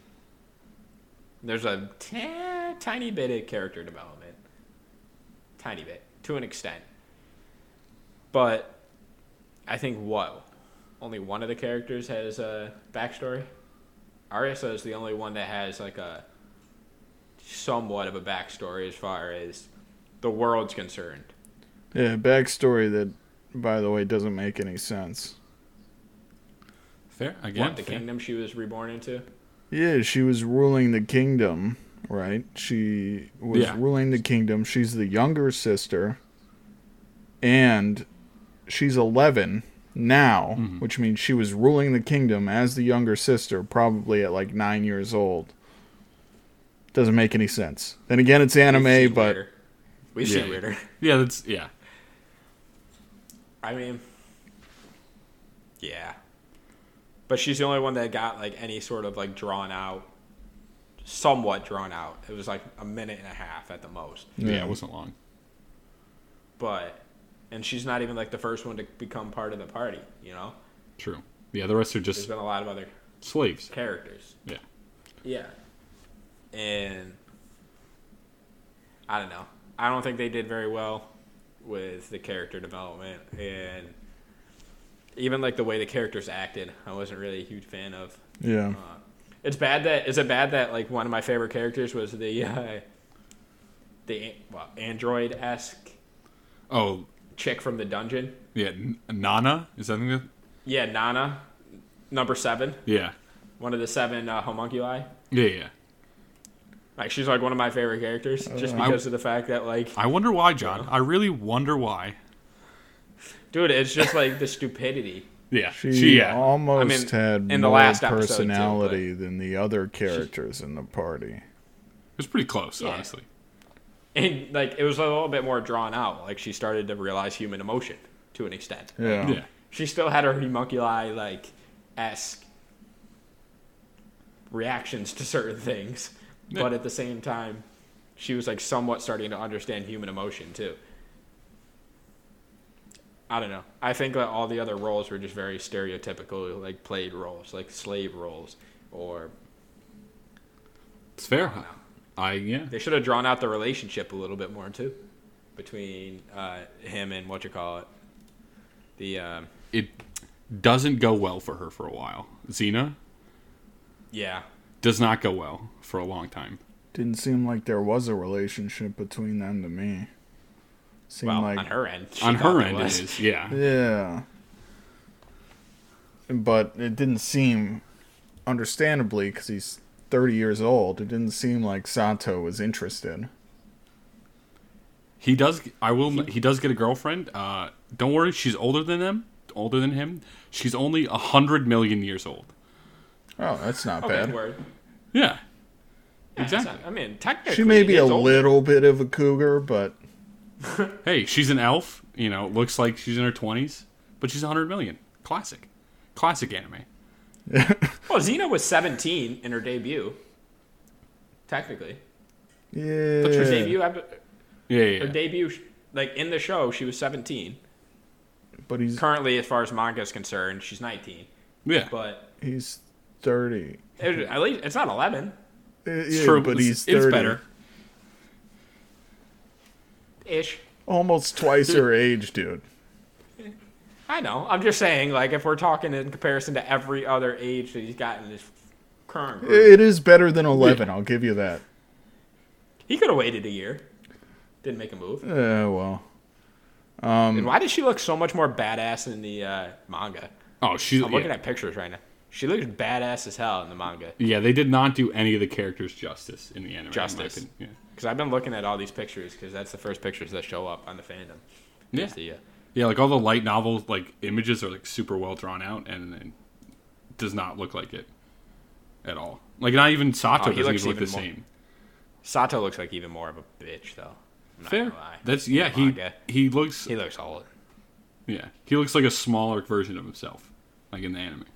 There's a ti- tiny bit of character development, tiny bit to an extent, but I think whoa, only one of the characters has a backstory. Arisa is the only one that has like a somewhat of a backstory as far as the world's concerned. Yeah, backstory that, by the way, doesn't make any sense. Fair again. what the fair. kingdom she was reborn into? Yeah, she was ruling the kingdom, right? She was Yeah. ruling the kingdom. She's the younger sister, and she's 11 now, Mm-hmm. which means she was ruling the kingdom as the younger sister, probably at like nine years old. Doesn't make any sense. Then again, it's We've anime, seen but weirder. we've Yeah. seen weirder. Yeah, that's yeah. I mean, yeah, but she's the only one that got like any sort of like drawn out, somewhat drawn out. It was like a minute and a half at the most. yeah, Yeah. It wasn't long. But and she's not even like the first one to become part of the party. You know, True. Yeah, the rest are there's just been a lot of other slaves. characters. Yeah. Yeah. And I don't know. I don't think they did very well with the character development and even like the way the characters acted. I wasn't really a huge fan of. yeah. Uh, it's bad that is it bad that like one of my favorite characters was the uh, the well, android esque Oh chick from the dungeon. yeah, N- Nana is that the Yeah, Nana, number seven, yeah one of the seven uh, homunculi. yeah yeah. Like she's like one of my favorite characters just I- because of the fact that like I wonder why, John. I really wonder why. Dude, it's just like the stupidity. Yeah, She, she yeah. almost I mean, had in the more last episode, too, personality than the other characters in the party. It was pretty close, Yeah. honestly. And like it was a little bit more drawn out. Like she started to realize human emotion to an extent. Yeah. Yeah. She still had her homunculi like esque reactions to certain things. Yeah. But at the same time, she was like somewhat starting to understand human emotion too. I don't know. I think that all the other roles were just very stereotypical, like played roles, like slave roles, or It's fair. I yeah. They should have drawn out the relationship a little bit more too, between uh, him and what you call it, the um, It doesn't go well for her for a while. Xena yeah. does not go well for a long time. Didn't seem like there was a relationship between them to me. Seemed Well, like on her end, she On thought her it end, was. it is. Yeah. yeah, but it didn't seem, understandably, because he's thirty years old. It didn't seem like Sato was interested. He does. I will. He, does get a girlfriend. Uh, don't worry. She's older than them. Older than him. She's only a hundred million years old. Oh, that's not Okay, bad. word. Yeah. Yeah, it's Exactly. not- I mean, technically, She may be it's a old. little bit of a cougar, but Hey, she's an elf. You know, looks like she's in her twenties, but she's a hundred million. Classic. Classic anime. Well, Xena was 17 in her debut. Technically, yeah, her debut, epi- Yeah. yeah, her yeah. debut, like in the show, she was 17. but he's Currently, as far as manga is concerned, she's 19. Yeah. But he's thirty. it, at least it's not 11. Uh, It's yeah, true. but It's- he's It's thirty. better. Ish. Almost twice her age, dude. I know. I'm just saying, like, if we're talking in comparison to every other age that he's got in his current Eh. group, It is better than eleven. I'll give you that. he could have waited a year. Didn't make a move. Yeah, Uh, well. Um, and why does she look so much more badass in the uh, manga? Oh, she's. I'm yeah. looking at pictures right now. She looks badass as hell in the manga. Yeah, they did not do any of the characters justice in the anime. in my Justice. opinion. Because I've been looking at all these pictures because that's the first pictures that show up on the fandom. Yeah. Is yeah. the, uh, Yeah, like all the light novels, like images are like super well drawn out and, and does not look like it at all. Like not even Sato Oh, he doesn't looks even look the even more- same. Sato looks like even more of a bitch, though. I'm not Fair. gonna lie. That's yeah, In the he manga. he looks He looks old. yeah, he looks like a smaller version of himself like in the anime.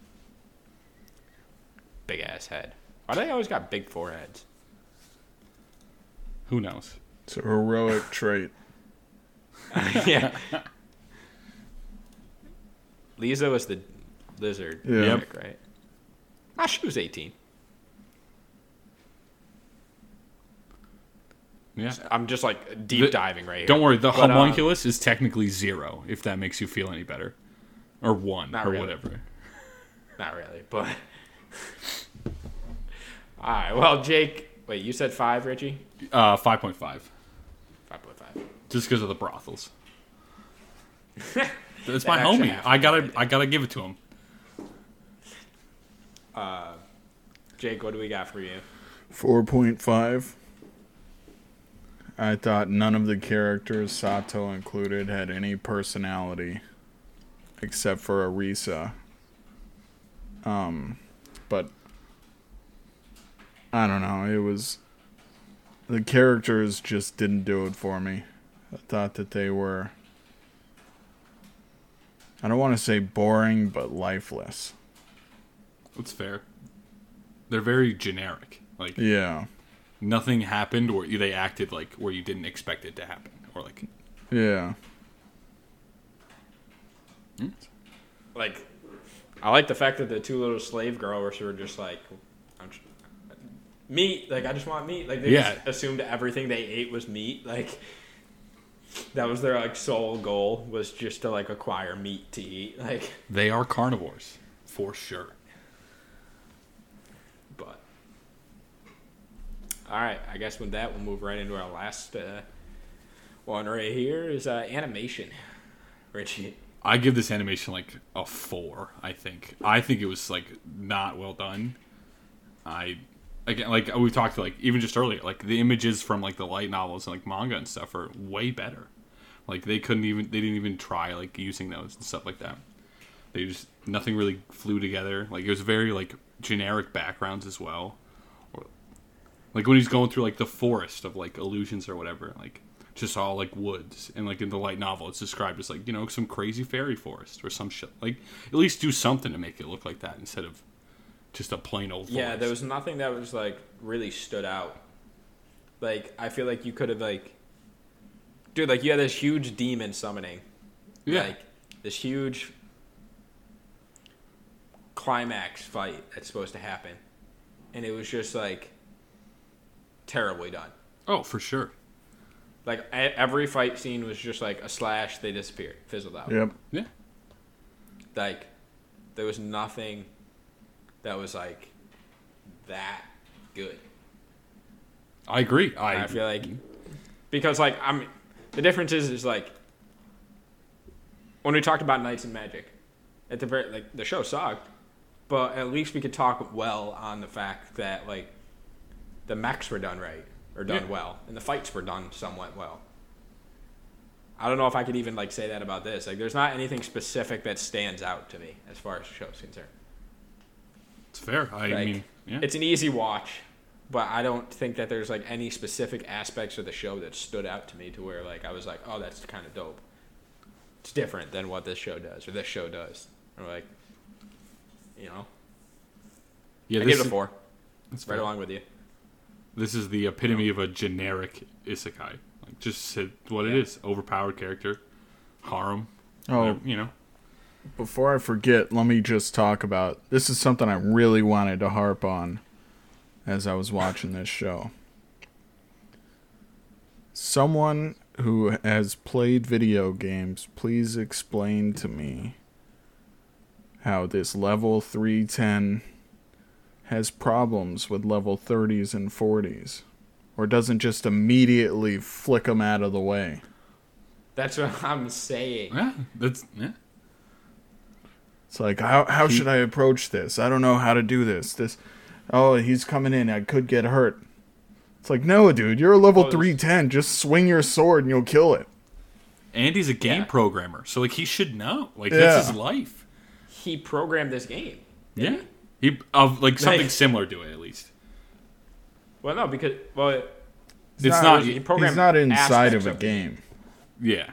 Big ass head. Why do they always got big foreheads? Who knows? It's a heroic trait. yeah. Lisa was the lizard. Yeah. chick, Right. Ah, she was 18. Yeah. I'm just like deep The- diving right here. Don't worry, the But, uh, homunculus is technically 0 if that makes you feel any better or 1 Not or really. whatever. Not really, but All right. Well, Jake, wait, you said five, Richie? Uh, five point five, 5.5. just because of the brothels. It's actually my homie. happened. I gotta, I gotta give it to him. Jake, what do we got for you? 4.5. I thought none of the characters, Sato included, had any personality except for Arisa. Um, but I don't know. It was. The characters just didn't do it for me. I thought that they were. I don't want to say boring, but lifeless. That's fair. They're very generic. Like Yeah. nothing happened, or they acted like where you didn't expect it to happen, or like Yeah. Like, I like the fact that the two little slave girls were just like, I'm tr- meat. Like, I just want meat. Like, they Yeah. just assumed everything they ate was meat. Like, that was their like sole goal was just to like acquire meat to eat. Like, they are carnivores for sure. but. All right, I guess with that, we'll move right into our last uh, one right here is uh, animation. Richie, I give this animation like a four. I think. I think it was like not well done. I again like we talked like even just earlier like the images from like the light novels and like manga and stuff are way better. Like they couldn't even they didn't even try like using those and stuff like that. They just nothing really flew together. Like it was very like generic backgrounds as well. Or like when he's going through like the forest of like illusions or whatever, like just all like woods and like in the light novel it's described as like, you know, some crazy fairy forest or some shit. Like at least do something to make it look like that instead of just a plain old forest. Yeah, there was nothing that was like really stood out. Like I feel like you could have like, dude, like you had this huge demon summoning, yeah. like this huge climax fight that's supposed to happen, and it was just like terribly done. oh, for sure. Like e- every fight scene was just like a slash, they disappeared, fizzled out. Yep. Yeah. Like there was nothing that was like that good. I agree. I, I feel like because like I'm the difference is is like when we talked about Knights and Magic at the very like the show sucked, but at least we could talk well on the fact that like the mechs were done right or done Yeah. well and the fights were done somewhat well. I don't know if I could even like say that about this. Like there's not anything specific that stands out to me as far as the show's concerned. it's fair. I Like, mean, yeah. It's an easy watch, but I don't think that there's like any specific aspects of the show that stood out to me to where like I was like, oh, that's kind of dope. It's different than what this show does or this show does. Or like, you know, yeah, I this give it a is- four. that's Right fair. along with you. This is the epitome of a generic isekai. Like just said what Yeah. it is. Overpowered character. Harem. Oh, you know. Before I forget, let me just talk about this is something I really wanted to harp on as I was watching this show. Someone who has played video games, please explain to me how this level 310 has problems with level 30s and 40s or doesn't just immediately flick them out of the way. That's what I'm saying. Yeah. That's yeah. It's like how how should I approach this? I don't know how to do this. This oh, he's coming in. I could get hurt. It's like no, dude. You're a level Oh, this- 310. Just swing your sword and you'll kill it. Andy's a game Yeah. programmer, so like he should know. Like that's Yeah. his life. He programmed this game. Yeah. He of like something Like- similar to it at least. Well, no, because well, It's, not- not, he programmed He's not inside aspects of a game. yeah.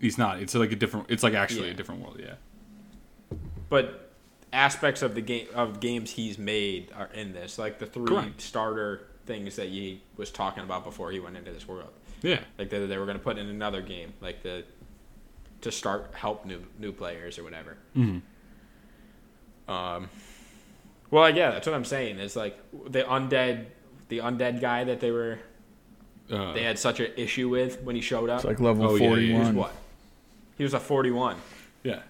He's not. It's like a different it's like actually Yeah. a different world, yeah. but aspects of the game of games he's made are in this, like the three Correct. starter things that he was talking about before he went into this world. Yeah. like they, they were going to put in another game like the to start help new new players or whatever um Mm-hmm. well yeah that's what i'm saying is like the undead the undead guy that they were Uh, they had such an issue with when he showed up Oh. It's like level Oh, yeah, yeah, 41. yeah. he was what he was a 41 yeah.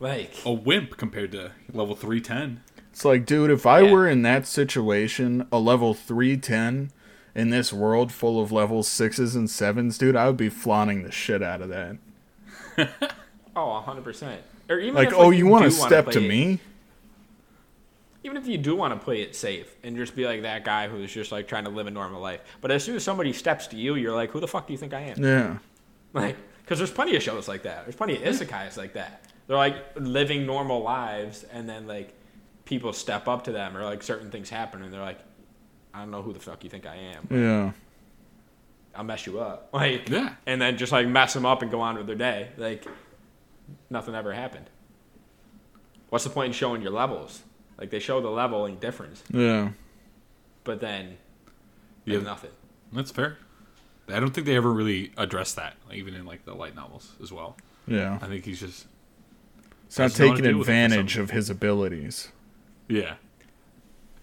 like A wimp compared to level three ten. It's like, dude, if I Yeah. were in that situation, a level 310 in this world full of level 6s and 7s, dude, I would be flaunting the shit out of that. Oh, 100%. Or even Like, if, oh, you want to do wanna step to play it- me? Even if you do want to play it safe and just be like that guy who's just like trying to live a normal life. But as soon as somebody steps to you, you're like, who the fuck do you think I am? Yeah. Like, because there's plenty of shows like that. There's plenty of isekais like that. They're like living normal lives, and then like people step up to them, or like certain things happen, and they're like, I don't know who the fuck you think I am. Yeah. I'll mess you up. Like, Yeah. And then just like mess them up and go on with their day. Like, nothing ever happened. What's the point in showing your levels? Like, they show the level and difference, Yeah. but then Yeah. there's nothing. That's fair. I don't think they ever really address that, like, even in like the light novels as well. Yeah. I think he's just It's not Has nothing to taking do with it for advantage some- of his abilities. yeah.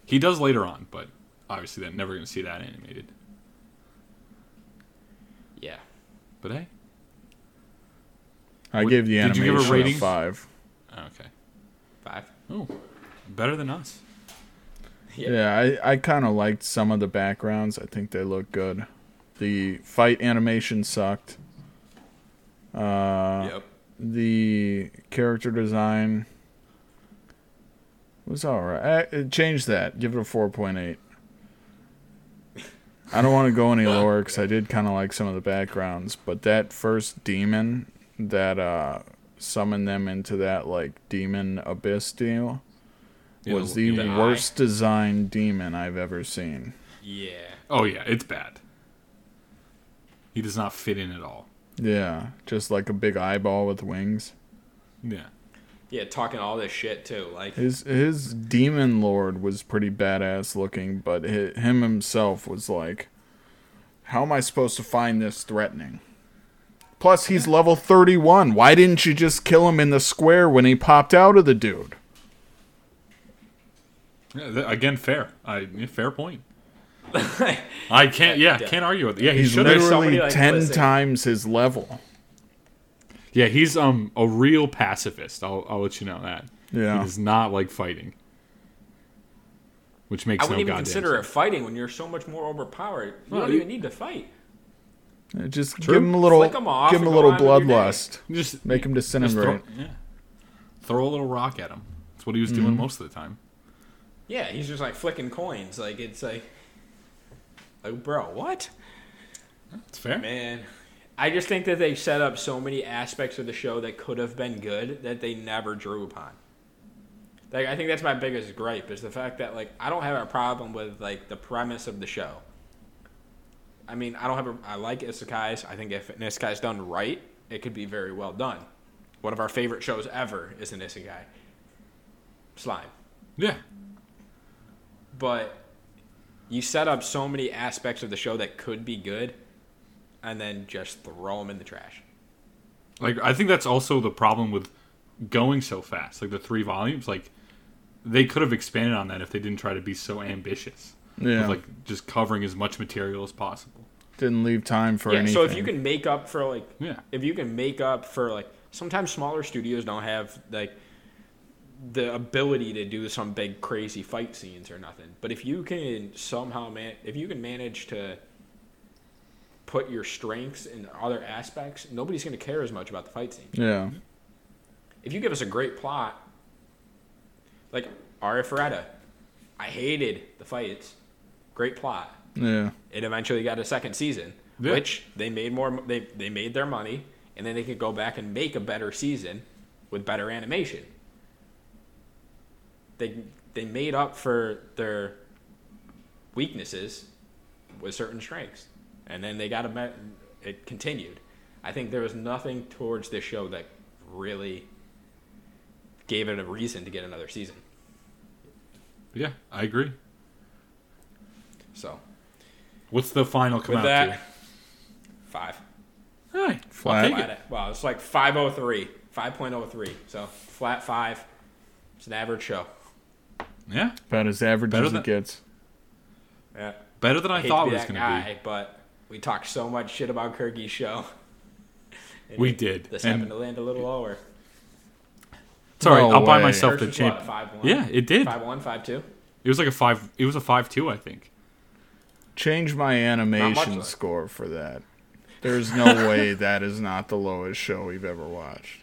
He does later on, but obviously they're never going to see that animated. Yeah. But hey, I What- gave the did you give animation a a, rating? five. Oh, okay, Five. oh, better than us. Yeah. Yeah, I, I kind of liked some of the backgrounds. I think they look good. The fight animation sucked. Uh, yep. the character design was all right. I, uh, change that. Give it a four point eight. I don't want to go any lower because I did kind of like some of the backgrounds, but that first demon that uh, summoned them into that like demon abyss deal Yeah, was the- the the worst designed demon I've ever seen. Yeah. Oh yeah, it's bad. He does not fit in at all. Yeah, just like a big eyeball with wings. Yeah, Yeah, talking all this shit too. Like, His his demon lord was pretty badass looking, but hi him himself was like, "How am I supposed to find this threatening?" Plus, he's level thirty-one. Why didn't you just kill him in the square when he popped out of the dude? yeah th- again, fair. I yeah, fair point. I can't. Yeah, Yeah. can't argue with. It. Yeah, he He's should have. there's somebody, literally like, ten listening. times his level. Yeah, he's um a real pacifist. I'll I'll let you know that. He Yeah, does not like fighting, which makes I wouldn't no even goddamn consider sense. it fighting when you're so much more overpowered. You Well, don't you- even need to fight. Uh, just give him a little, Flick 'em off give him a and little go on with your day. bloodlust, Just make him just disintegrate. Throw, yeah, throw a little rock at him. That's what he was Mm-hmm. doing most of the time. Yeah, he's just like flicking coins. Like it's like, like bro, what? It's fair. Man, I just think that they set up so many aspects of the show that could have been good that they never drew upon. Like I think that's my biggest gripe is the fact that like I don't have a problem with like the premise of the show. I mean, I don't have a I like isekais. I think if an isekai's done right, it could be very well done. One of our favorite shows ever is an isekai. Slime Yeah, but you set up so many aspects of the show that could be good and then just throw them in the trash. like I think that's also the problem with going so fast. Like the three volumes, like they could have expanded on that if they didn't try to be so ambitious. with, Yeah, like just covering as much material as possible. didn't leave time for yeah, anything. so if you can make up for like Yeah. if you can make up for like sometimes smaller studios don't have like the ability to do some big crazy fight scenes or nothing. But if you can somehow man if you can manage to put your strengths in other aspects, nobody's going to care as much about the fight scene. yeah, if you give us a great plot, like Aria Ferretta, I hated the fights. Great plot. yeah, It eventually got a second season, Yeah. which they made more. They they made their money, and then they could go back and make a better season with better animation. They they made up for their weaknesses with certain strengths, and then they got a. me- It continued. I think there was nothing towards this show that really gave it a reason to get another season. Yeah, I agree. So What's the final come with out that, five. to? Hey, Flat. I'll take Flat it. at- wow, it's like 503, 5.03. So flat five. It's an average show. Yeah, about as average Better as than- it gets. Yeah. better than I, hate thought to it be was that going to guy, but we talked so much shit about Kirky's show. be. We did, This and happened to land a little lower. It's all right. No I'll buy way. myself the Versus what, champ. 5-1? Yeah, it did. Five one, five two. It was like a five. It was a five-two, I think. Change my though. animation score for that. There's no way that is not the lowest show we've ever watched.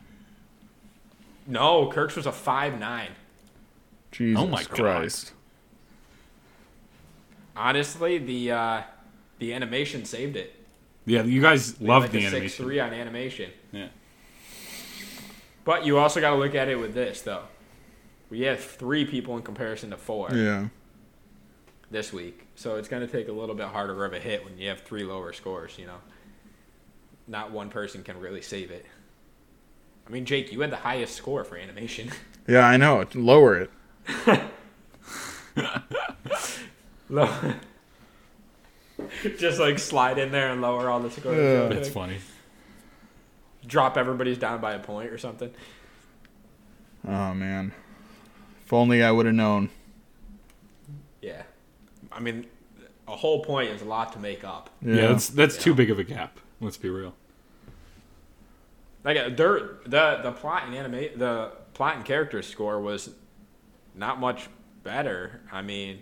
No, Kirk's was a five nine. Jesus my God. Christ. Honestly, the uh, the animation saved it. Yeah, you guys They had love like the a six animation. three on animation. Yeah. But you also got to look at it with this though. We have three people in comparison to four Yeah. this week, so it's going to take a little bit harder of a hit when you have three lower scores. You know, not one person can really save it. I mean, Jake, you had the highest score for animation. Yeah, I know. Lower it. Lower. Just like slide in there and lower all the scores. Yeah. It's funny. Drop everybody's down by a point or something. Oh man. If only I would have known. Yeah. I mean, a whole point is a lot to make up. Yeah, that's that's too big of a gap. Let's be real. Like uh, there, the the plot and anime, the plot and character score was not much better. I mean,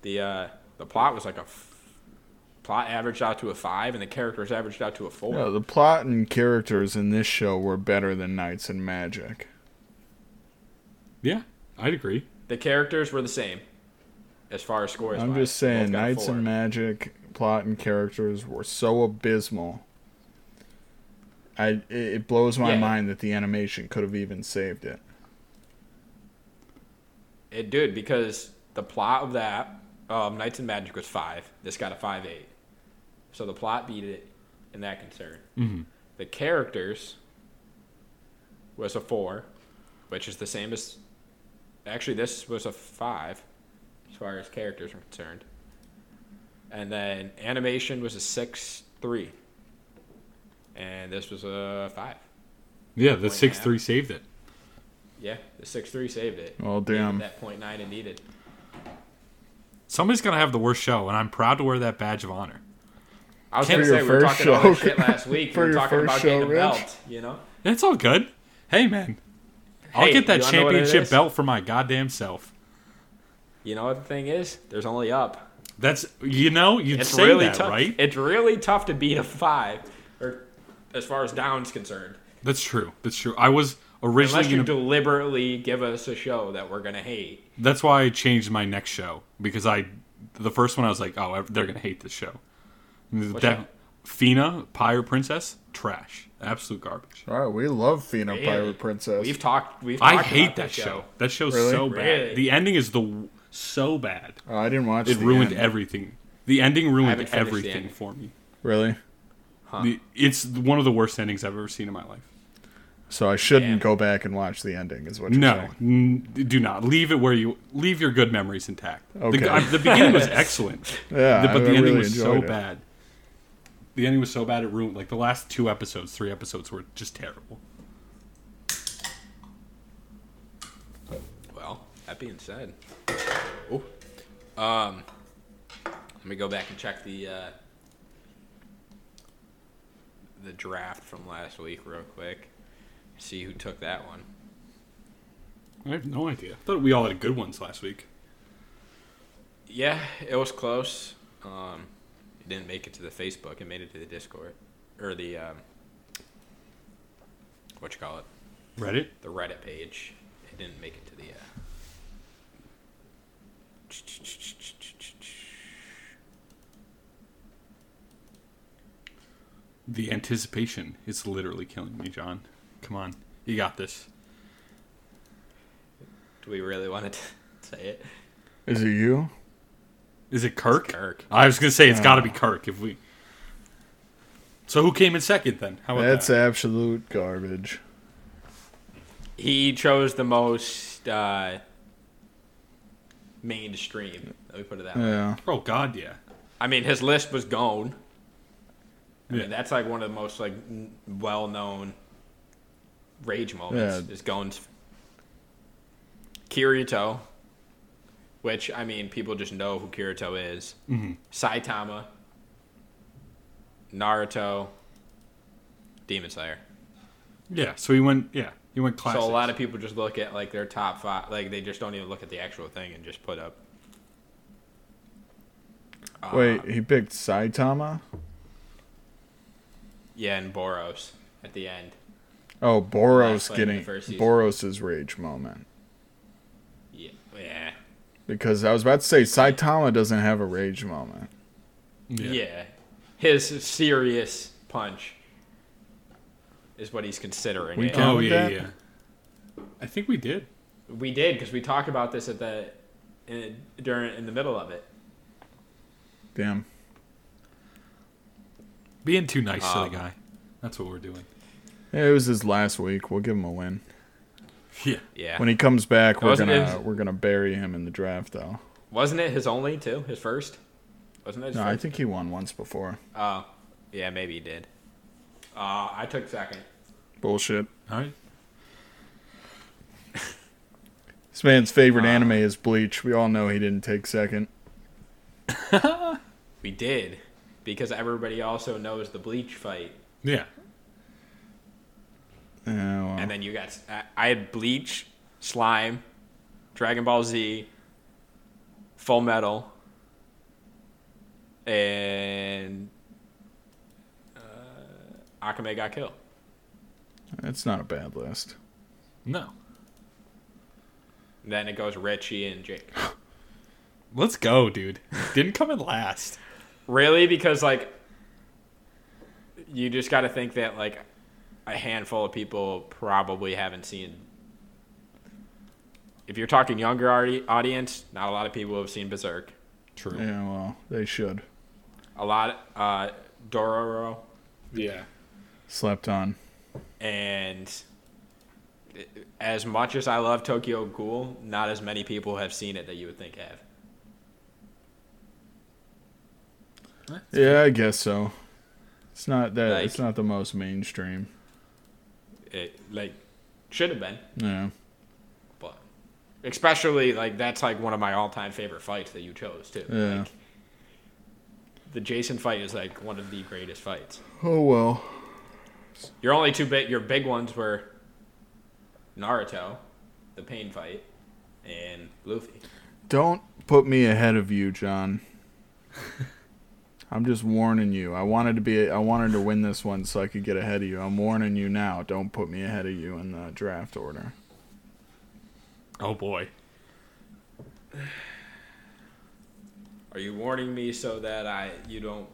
the uh, the plot was like a f- plot averaged out to a five, and the characters averaged out to a four. Yeah, the plot and characters in this show were better than Knights and Magic. Yeah, I'd agree. The characters were the same as far as scores. I'm wise. just Both saying, got a Knights four. and Magic plot and characters were so abysmal. I it- it blows my Yeah. mind that the animation could have even saved it. It did because the plot of that um, Knights and Magic was five. This got a five eight, so the plot beat it in that concern. Mhm. The characters was a four, which is the same as. Actually, this was a five, as far as characters are concerned. And then animation was a six three, and this was a five. Yeah, the Point six three half. saved it. Yeah, the six three saved it. Well, damn. That point nine it needed. Somebody's gonna have the worst show, and I'm proud to wear that badge of honor. I was Can't- gonna For say your we were first talking about show. shit last week. For we were your talking first about show, getting a Rich. belt, you know. It's all good. Hey man, I'll Hey, get that you wanna know what it championship is? belt for my goddamn self. You know what the thing is? There's only up. That's you know you'd It's say really that tough. right? It's really tough to beat a five, or as far as down's concerned, That's true. That's true. I was originally unless you gonna. deliberately give us a show that we're gonna hate. That's why I changed my next show because I, the first one I was like, oh, ev- they're gonna hate this show. that show? Fina Pyre Princess trash, absolute garbage. All right, we love Fina Really. Pirate Princess. We've talked. We've. I talked hate about that show. That show's Really? so bad. Really? The ending is the so bad. oh, I didn't watch. It the ruined end. everything. The ending ruined haven't finished the everything ending. for me. Really. The, it's one of the worst endings I've ever seen in my life. So I shouldn't Damn. go back and watch the ending. Is what you're No, saying? n- do not leave it where you leave your good memories intact. Okay. The, uh, the beginning was excellent, Yeah, the- but I- the I ending really was so enjoyed it. bad. The ending was so bad it ruined like the last two episodes, three episodes were just terrible. Well, that being said, oh, um, let me go back and check the uh, the draft from last week real quick. See who took that one. I have no idea. I thought we all had good ones last week. Yeah, it was close. Um, it didn't make it to the Facebook. It made it to the Discord or the um, what you call it, Reddit. the Reddit page. It didn't make it to the. Uh, The anticipation is literally killing me, John. Come on, you got this. Do we really want to say it? Is it you? Is it Kirk? Kirk. I was gonna say it's got to be Oh. Kirk. If we. So who came in second then? How about That's that? absolute garbage. He chose the most uh, mainstream. Let me put it that way. Yeah. Oh God, yeah. I mean, his list was gone. I Yeah. mean, that's like one of the most like n- well-known rage moments Yeah. is Gon's Kirito, which I mean, people just know who Kirito is. Mm-hmm. Mhm. Saitama, Naruto, Demon Slayer. Yeah, so he went. Yeah, You went classic. So a lot of people just look at like their top five, like they just don't even look at the actual thing and just put up. uh, Wait, he picked Saitama? Yeah, and Boros at the end. Oh, Last Boros fight in the getting first season. Boros's rage moment. Yeah. Yeah. Because I was about to say Saitama doesn't have a rage moment. Yeah. yeah. His serious punch is what he's considering. We it. count Oh with yeah, that? yeah. I think we did. Um, We did because we talked about this at the in, during in the middle of it. Damn. Being too nice to Um, the guy. That's what we're doing. Yeah, It was his last week. We'll give him a win. Yeah. Yeah. When he comes back, we're Wasn't gonna it- we're gonna bury him in the draft, though. Wasn't it his only too? His first? Wasn't it? His No, first? I think he won once before. Oh, yeah, maybe he did. Uh, I took second. Bullshit. All right. This man's Uh, favorite anime is Bleach. We all know he didn't take second. We did because everybody also knows the bleach fight, Yeah. Oh, well. and then you got I- I had bleach, slime, Dragon Ball Z, Full Metal, and uh, Akame got killed. That's not a bad list. No. Then it goes Richie and Jake. Let's go, dude. Didn't come in last. Really? Because like you just got to think that like a handful of people probably haven't seen. If you're talking younger audi- audience, not a lot of people have seen Berserk. True. Yeah. Yeah, well, they should. A lot, uh, Dororo Slept on. and as much as I love Tokyo Ghoul, not as many people have seen it that you would think have. Yeah, I guess so. It's not that. Like- it's not the most mainstream. It like should have been, Yeah. but especially like that's like one of my all-time favorite fights that you chose too. Yeah. Like, the Jason fight is like one of the greatest fights. Oh well. Your only two big your big ones were Naruto, the pain fight, and Luffy. Don't put me ahead of you, John. I'm just warning you. I wanted to be. I wanted to win this one so I could get ahead of you. I'm warning you now. Don't put me ahead of you in the draft order. Oh boy. Are you warning me so that I you don't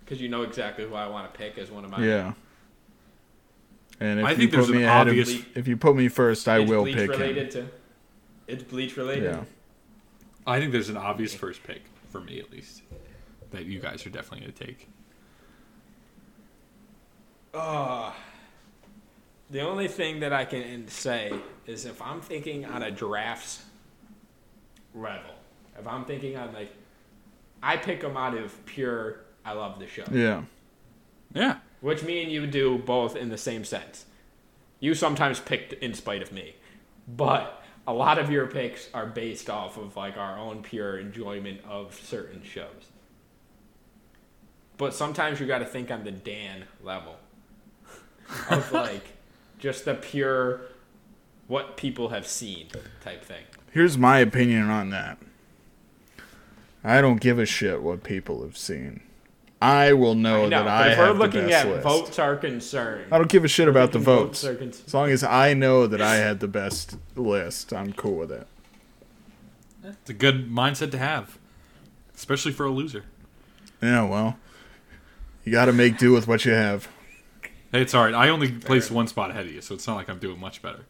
because you know exactly who I want to pick as one of my Yeah. And if I you think put there's me an ahead obvious- of, if you put me first, I It's will bleach pick related him. to it's bleach related. Yeah. I think there's an obvious first pick for me at least that you guys are definitely going to take. Ah. the only thing that I can say is if I'm thinking on a drafts level, if I'm thinking on like, I pick them out of pure I love the show, Yeah. Yeah. which me and you do both in the same sense. You sometimes picked in spite of me, but a lot of your picks are based off of like our own pure enjoyment of certain shows. But sometimes you got to think on the Dan level of like just the pure what people have seen type thing. Here's my opinion on that. I don't give a shit what people have seen. I will know, I know, that but Oh, I if we're have the looking best at list. votes are concerned, I don't give a shit about the Thinking votes. are concerned. As long as I know that I had the best list, I'm cool with it. It's a good mindset to have, especially for a loser. Yeah, well, you got to make do with what you have. Hey, it's all right. I only placed one spot ahead of you, so it's not like I'm doing much better.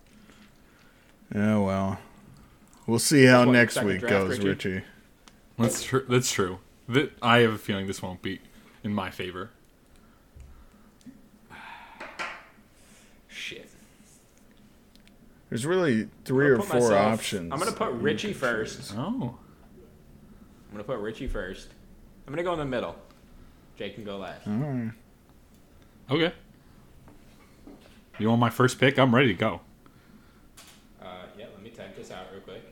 Yeah, well, we'll see how What, your next second week draft, goes, Richie? Richie. That's true. That's true. That I have a feeling this won't be in my favor. shit. There's really three I'm or gonna four put myself- options. I'm gonna put that you Richie can first. choose. Oh, I'm gonna put Richie first. I'm gonna go in the middle. Jake can go last. All right. okay. You want my first pick? I'm ready to go. Uh, yeah, let me type this out real quick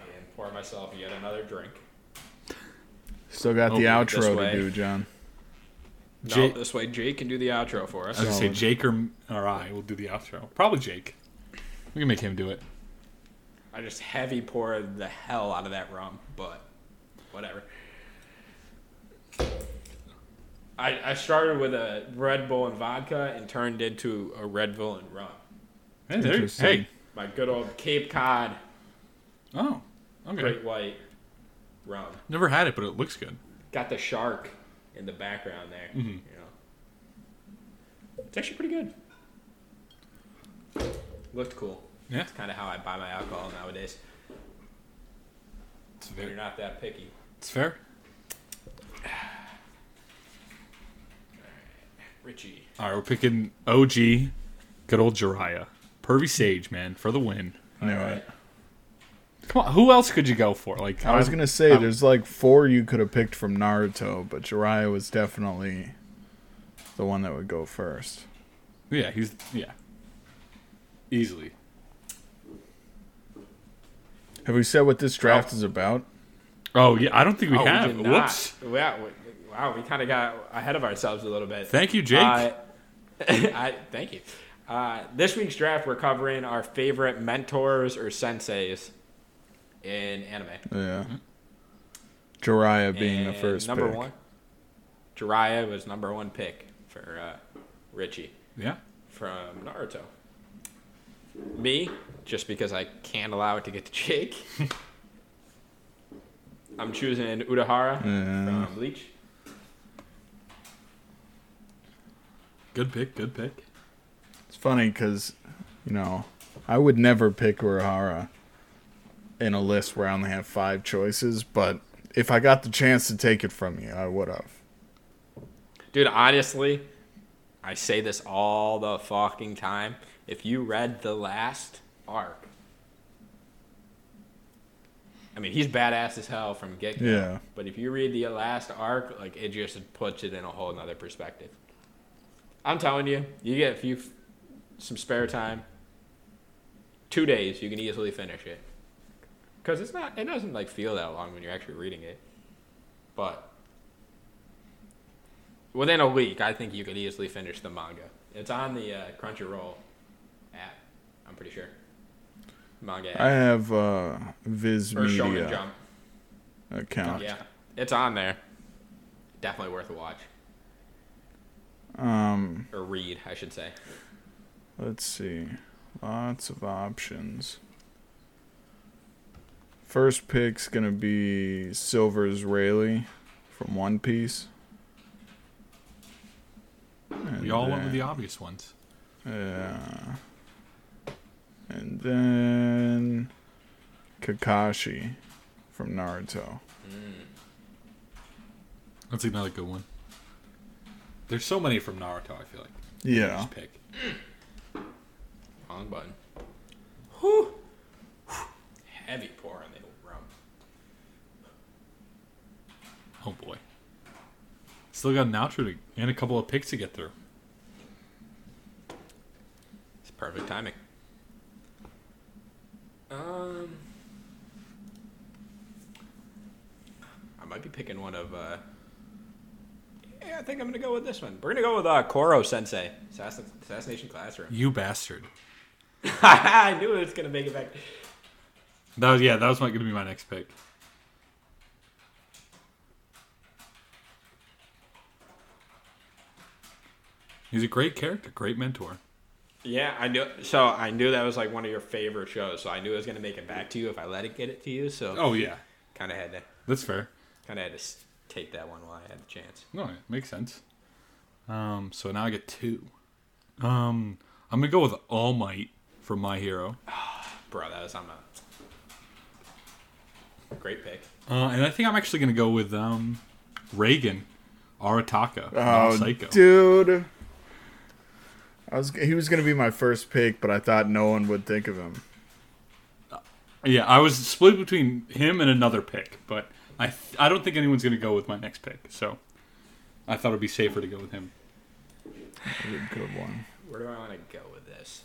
and pour myself yet another drink. Still got Oh, the this outro to way. do, John. No, Jake- this way Jake can do the outro for us. I was gonna say Solid. Jake or, or I will do the outro. Probably Jake. We can make him do it. I just heavy poured the hell out of that rum, but whatever. I, I started with a Red Bull and vodka and turned into a Red Bull and rum. Hey, there, Interesting. hey. My good old Cape Cod Oh, okay. Great White rum. Never had it, but it looks good. Got the shark in the background there. Mm-hmm. You know. It's actually pretty good. Looked cool. Yeah. It's kind of how I buy my alcohol nowadays. It's You're fair. not that picky. It's fair. Richie. All right, we're picking OG, good old Jiraiya. Pervy Sage, man, for the win. Knew it. Come on, who else could you go for? Like I was I'm- gonna say I'm- there's like four you could have picked from Naruto, but Jiraiya was definitely the one that would go first. Yeah, he's yeah. Easily. Have we said what this draft is about? Oh yeah, I don't think we Oh, have. did not. Whoops. Yeah, we, wow, we kind of got ahead of ourselves a little bit. Thank you, Jake. Uh, I thank you. Uh, this week's draft, we're covering our favorite mentors or senseis in anime. Yeah. Jiraiya being the And first number pick. one, Jiraiya was number one pick for uh, Richie yeah. from Naruto. Me, just because I can't allow it to get to Jake. I'm choosing Udahara Yeah. from Bleach. Good pick, good pick. It's funny because, you know, I would never pick Urahara in a list where I only have five choices, but if I got the chance to take it from you, I would have. Dude, honestly, I say this all the fucking time. If you read the last arc, I mean, he's badass as hell from get go. Yeah. But if you read the last arc, like it just puts it in a whole nother perspective. I'm telling you, you get a few, some spare time. Two days, you can easily finish it. Cause it's not, it doesn't like feel that long when you're actually reading it. But within a week, I think you could easily finish the manga. It's on the uh, Crunchyroll app. I'm pretty sure. Manga I app. have uh, Viz or Shonen Media Jump. account. Yeah, it's on there. Definitely worth a watch Um, or read, I should say. let's see. Lots of options. First pick's gonna be Silver's Rayleigh from One Piece. We all went with the obvious ones. Yeah. And then Kakashi from Naruto. That's another good one. There's so many from Naruto, I feel like. Yeah. Just pick. Wrong button. Whew. Whew. Heavy pour on the rum. Oh boy. Still got an outro to, and a couple of picks to get through. It's perfect timing. Um, I might be picking one of. Uh, yeah, I think I'm gonna go with this one. We're gonna go with uh, Koro Sensei, Assassin, Assassination Classroom. You bastard. I knew it was gonna make it back. That was yeah, that was my, gonna be my next pick. He's a great character, great mentor. Yeah, I knew. So I knew that was like one of your favorite shows. So I knew it was gonna make it back to you if I let it get it to you. So Oh yeah, kind of had to, that's fair. kind of had to s- take that one while I had the chance. No, it makes sense. Um, so now I get two. Um, I'm gonna go with All Might from My Hero, Bro, that was on a great pick. uh, and I think I'm actually gonna go with um, Reagan Arataka. from Mob Oh, Psycho. dude. I was he was gonna be my first pick, but I thought no one would think of him. Yeah, I was split between him and another pick, but I th- I don't think anyone's going to go with my next pick, so I thought it'd be safer to go with him. Good, good one. Where do I want to go with this?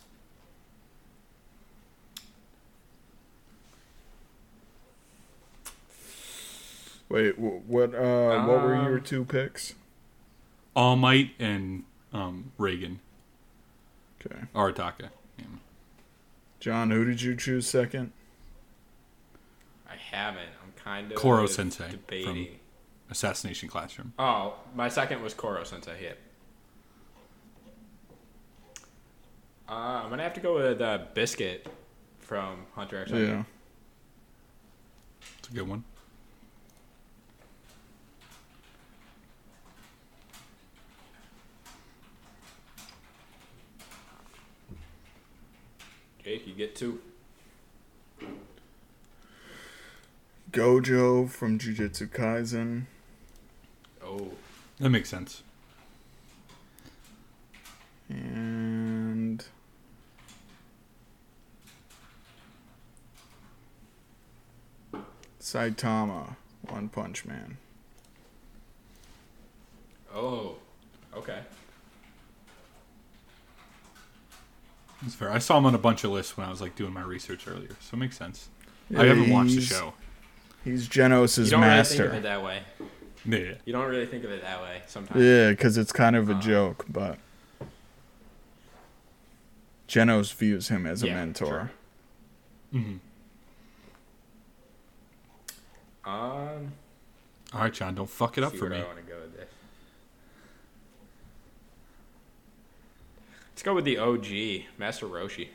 Wait, wh- what? Uh, what were your Um, two picks? All Might and um, Reagan Okay. Arataka. Yeah. John, who did you choose second? I haven't. I'm kind of Koro Sensei from- debating. Assassination Classroom. Oh, my second was Koro Sensei. Hit. Uh, I'm gonna have to go with uh, Biscuit from Hunter X. Hunter. Yeah. It's a good one. Jake, you get two. Gojo from Jujutsu Kaisen. Oh, That makes sense. And Saitama, One Punch Man. oh, okay. That's fair. I saw him on a bunch of lists when I was like doing my research earlier, so it makes sense. I haven't watched the He's- show. He's Genos' You don't really think of it master. that way. Yeah. You don't really think of it that way sometimes. Yeah, because it's kind Uh. of a joke, but Genos views him as a Yeah, mentor. Um, All right, John, don't fuck it up see for where me. I want to go with this. Let's go with the OG, Master Roshi.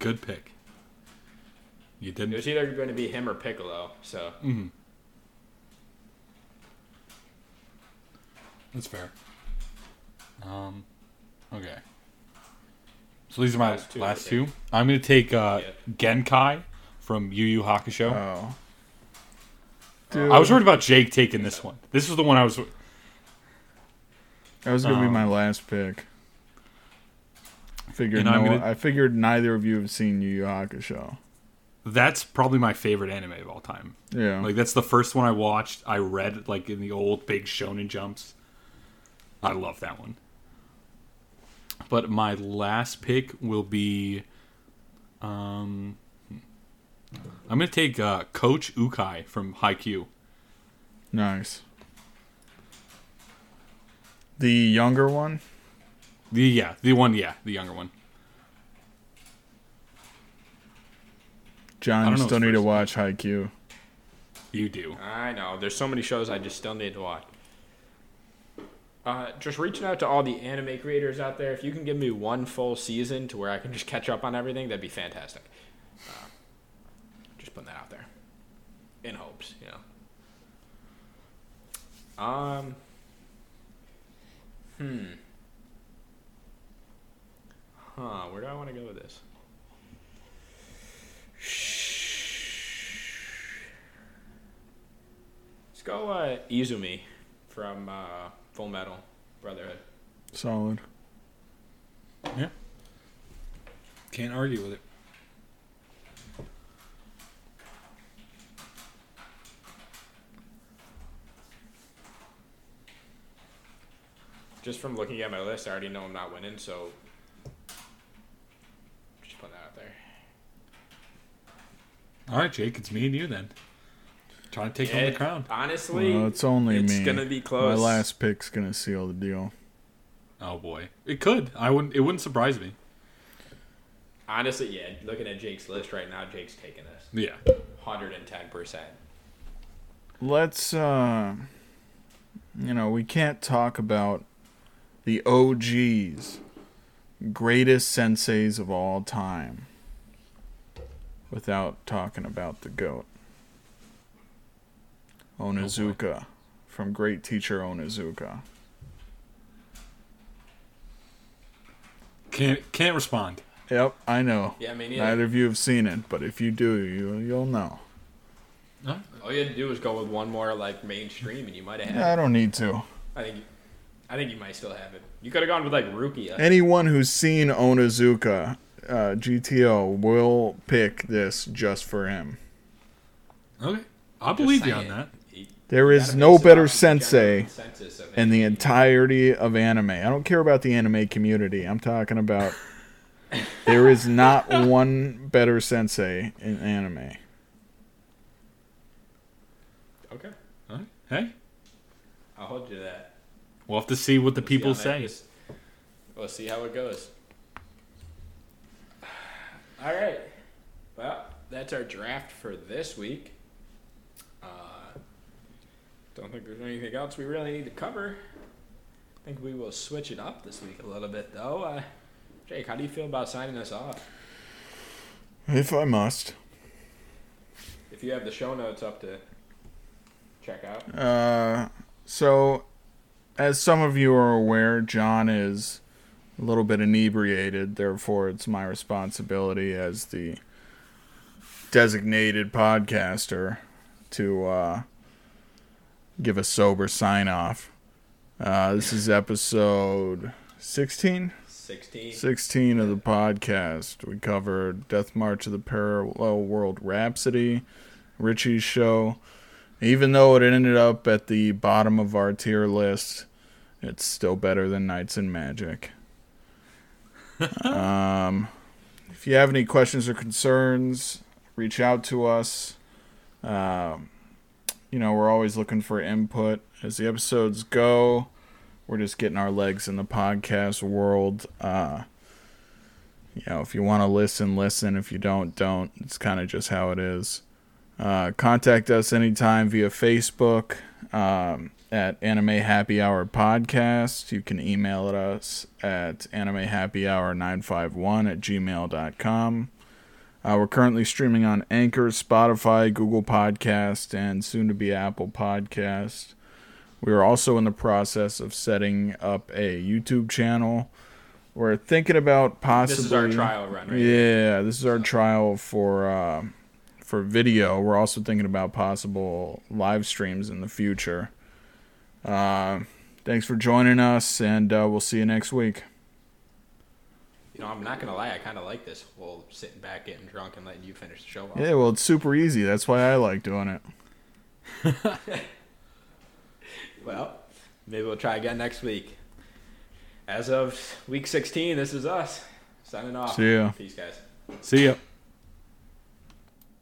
Good pick. You It didn't. was either going to be him or Piccolo, so That's fair. Um, okay. So these are my Last last two, I two. think. I'm gonna take uh, Yeah. Genkai from Yu Yu Hakusho. Oh. I was worried about Jake taking this one. This was the one I was. That was gonna be Um, my last pick. Figured And I'm no, gonna- I figured neither of you have seen Yu Yu Hakusho. That's probably my favorite anime of all time. Yeah, Like that's the first one I watched. I read like in the old big Shonen jumps. I love that one. But my last pick will be, um, I'm gonna take uh, Coach Ukai from Haikyuu. nice. The younger one, The yeah, the one yeah, the younger one. I John, you don't know still his need to first watch Haikyuu. You do. I know. There's so many shows I just still need to watch. Uh, just reaching out to all the anime creators out there. If you can give me one full season to where I can just catch up on everything, that'd be fantastic. Uh, just putting that out there. In hopes, you know. Um. Hmm. Huh. Where do I want to go with this? Let's go uh, Izumi from uh, Full Metal Brotherhood. Solid. Yeah. Can't argue with it. Just from looking at my list, I already know I'm not winning, so just putting that out there. All right, Jake, it's me and you then. Trying to take home It- the crown. Honestly, Well, it's only it's me. gonna be close. My last pick's gonna seal the deal. Oh boy, it could. I wouldn't. It wouldn't surprise me. honestly, yeah. Looking at Jake's list right now, Jake's taking this Yeah. 110. percent Let's, uh, you know, we can't talk about the OGs, greatest senseis of all time, without talking about the goat, Onizuka, from Great Teacher Onizuka. Can't can't respond. Yep, I know. Yeah, I mean, Neither yeah. of you have seen it, but if you do, you you'll know. All you had to do was go with one more like mainstream, and you might have. Had I don't need to. it. I think, I think you might still have it. You could have gone with like Rukia. anyone who's seen Onizuka uh, GTO will pick this just for him. Okay, I believe you on saying. that. You- There you is gotta no base it better off the general sensei consensus of in the anime. entirety of anime. I don't care about the anime community. I'm talking about there is not one better sensei in anime. Okay. All right. Hey, I'll hold you to that. We'll have to see what the We'll see people how that say. is. We'll see how it goes. All right. Well, that's our draft for this week. Uh, don't think there's anything else we really need to cover. I think we will switch it up this week a little bit, though. Uh, Jake, how do you feel about signing us off? If I must. If you have the show notes up to check out, Uh, so, as some of you are aware, John is a little bit inebriated. Therefore, it's my responsibility as the designated podcaster to uh, give a sober sign off. Uh, this is episode 16? 16. 16 of the podcast. We covered Death March of the Parallel World Rhapsody, Richie's show. Even though it ended up at the bottom of our tier list, it's still better than Knights and Magic. um, if you have any questions or concerns, reach out to us. Um, you know, we're always looking for input as the episodes go we're just getting our legs in the podcast world. Uh, you know, if you want to listen, listen. If you don't, don't. It's kind of just how it is. Uh, contact us anytime via Facebook um, at Anime Happy Hour Podcast. You can email at us at animehappyhour951 at gmail.com. Uh, we're currently streaming on Anchor, Spotify, Google Podcast, and soon to be Apple Podcast. We are also in the process of setting up a YouTube channel. We're thinking about possibly This is our trial run, right? yeah, this is our trial for uh, for video. We're also thinking about possible live streams in the future. Uh, thanks for joining us, and uh, we'll see you next week. You know, I'm not going to lie. I kind of like this whole sitting back, getting drunk, and letting you finish the show off. Yeah, well, it's super easy. That's why I like doing it. Well, maybe we'll try again next week. As of week 16, this is us signing off. See ya. Peace, guys. See ya.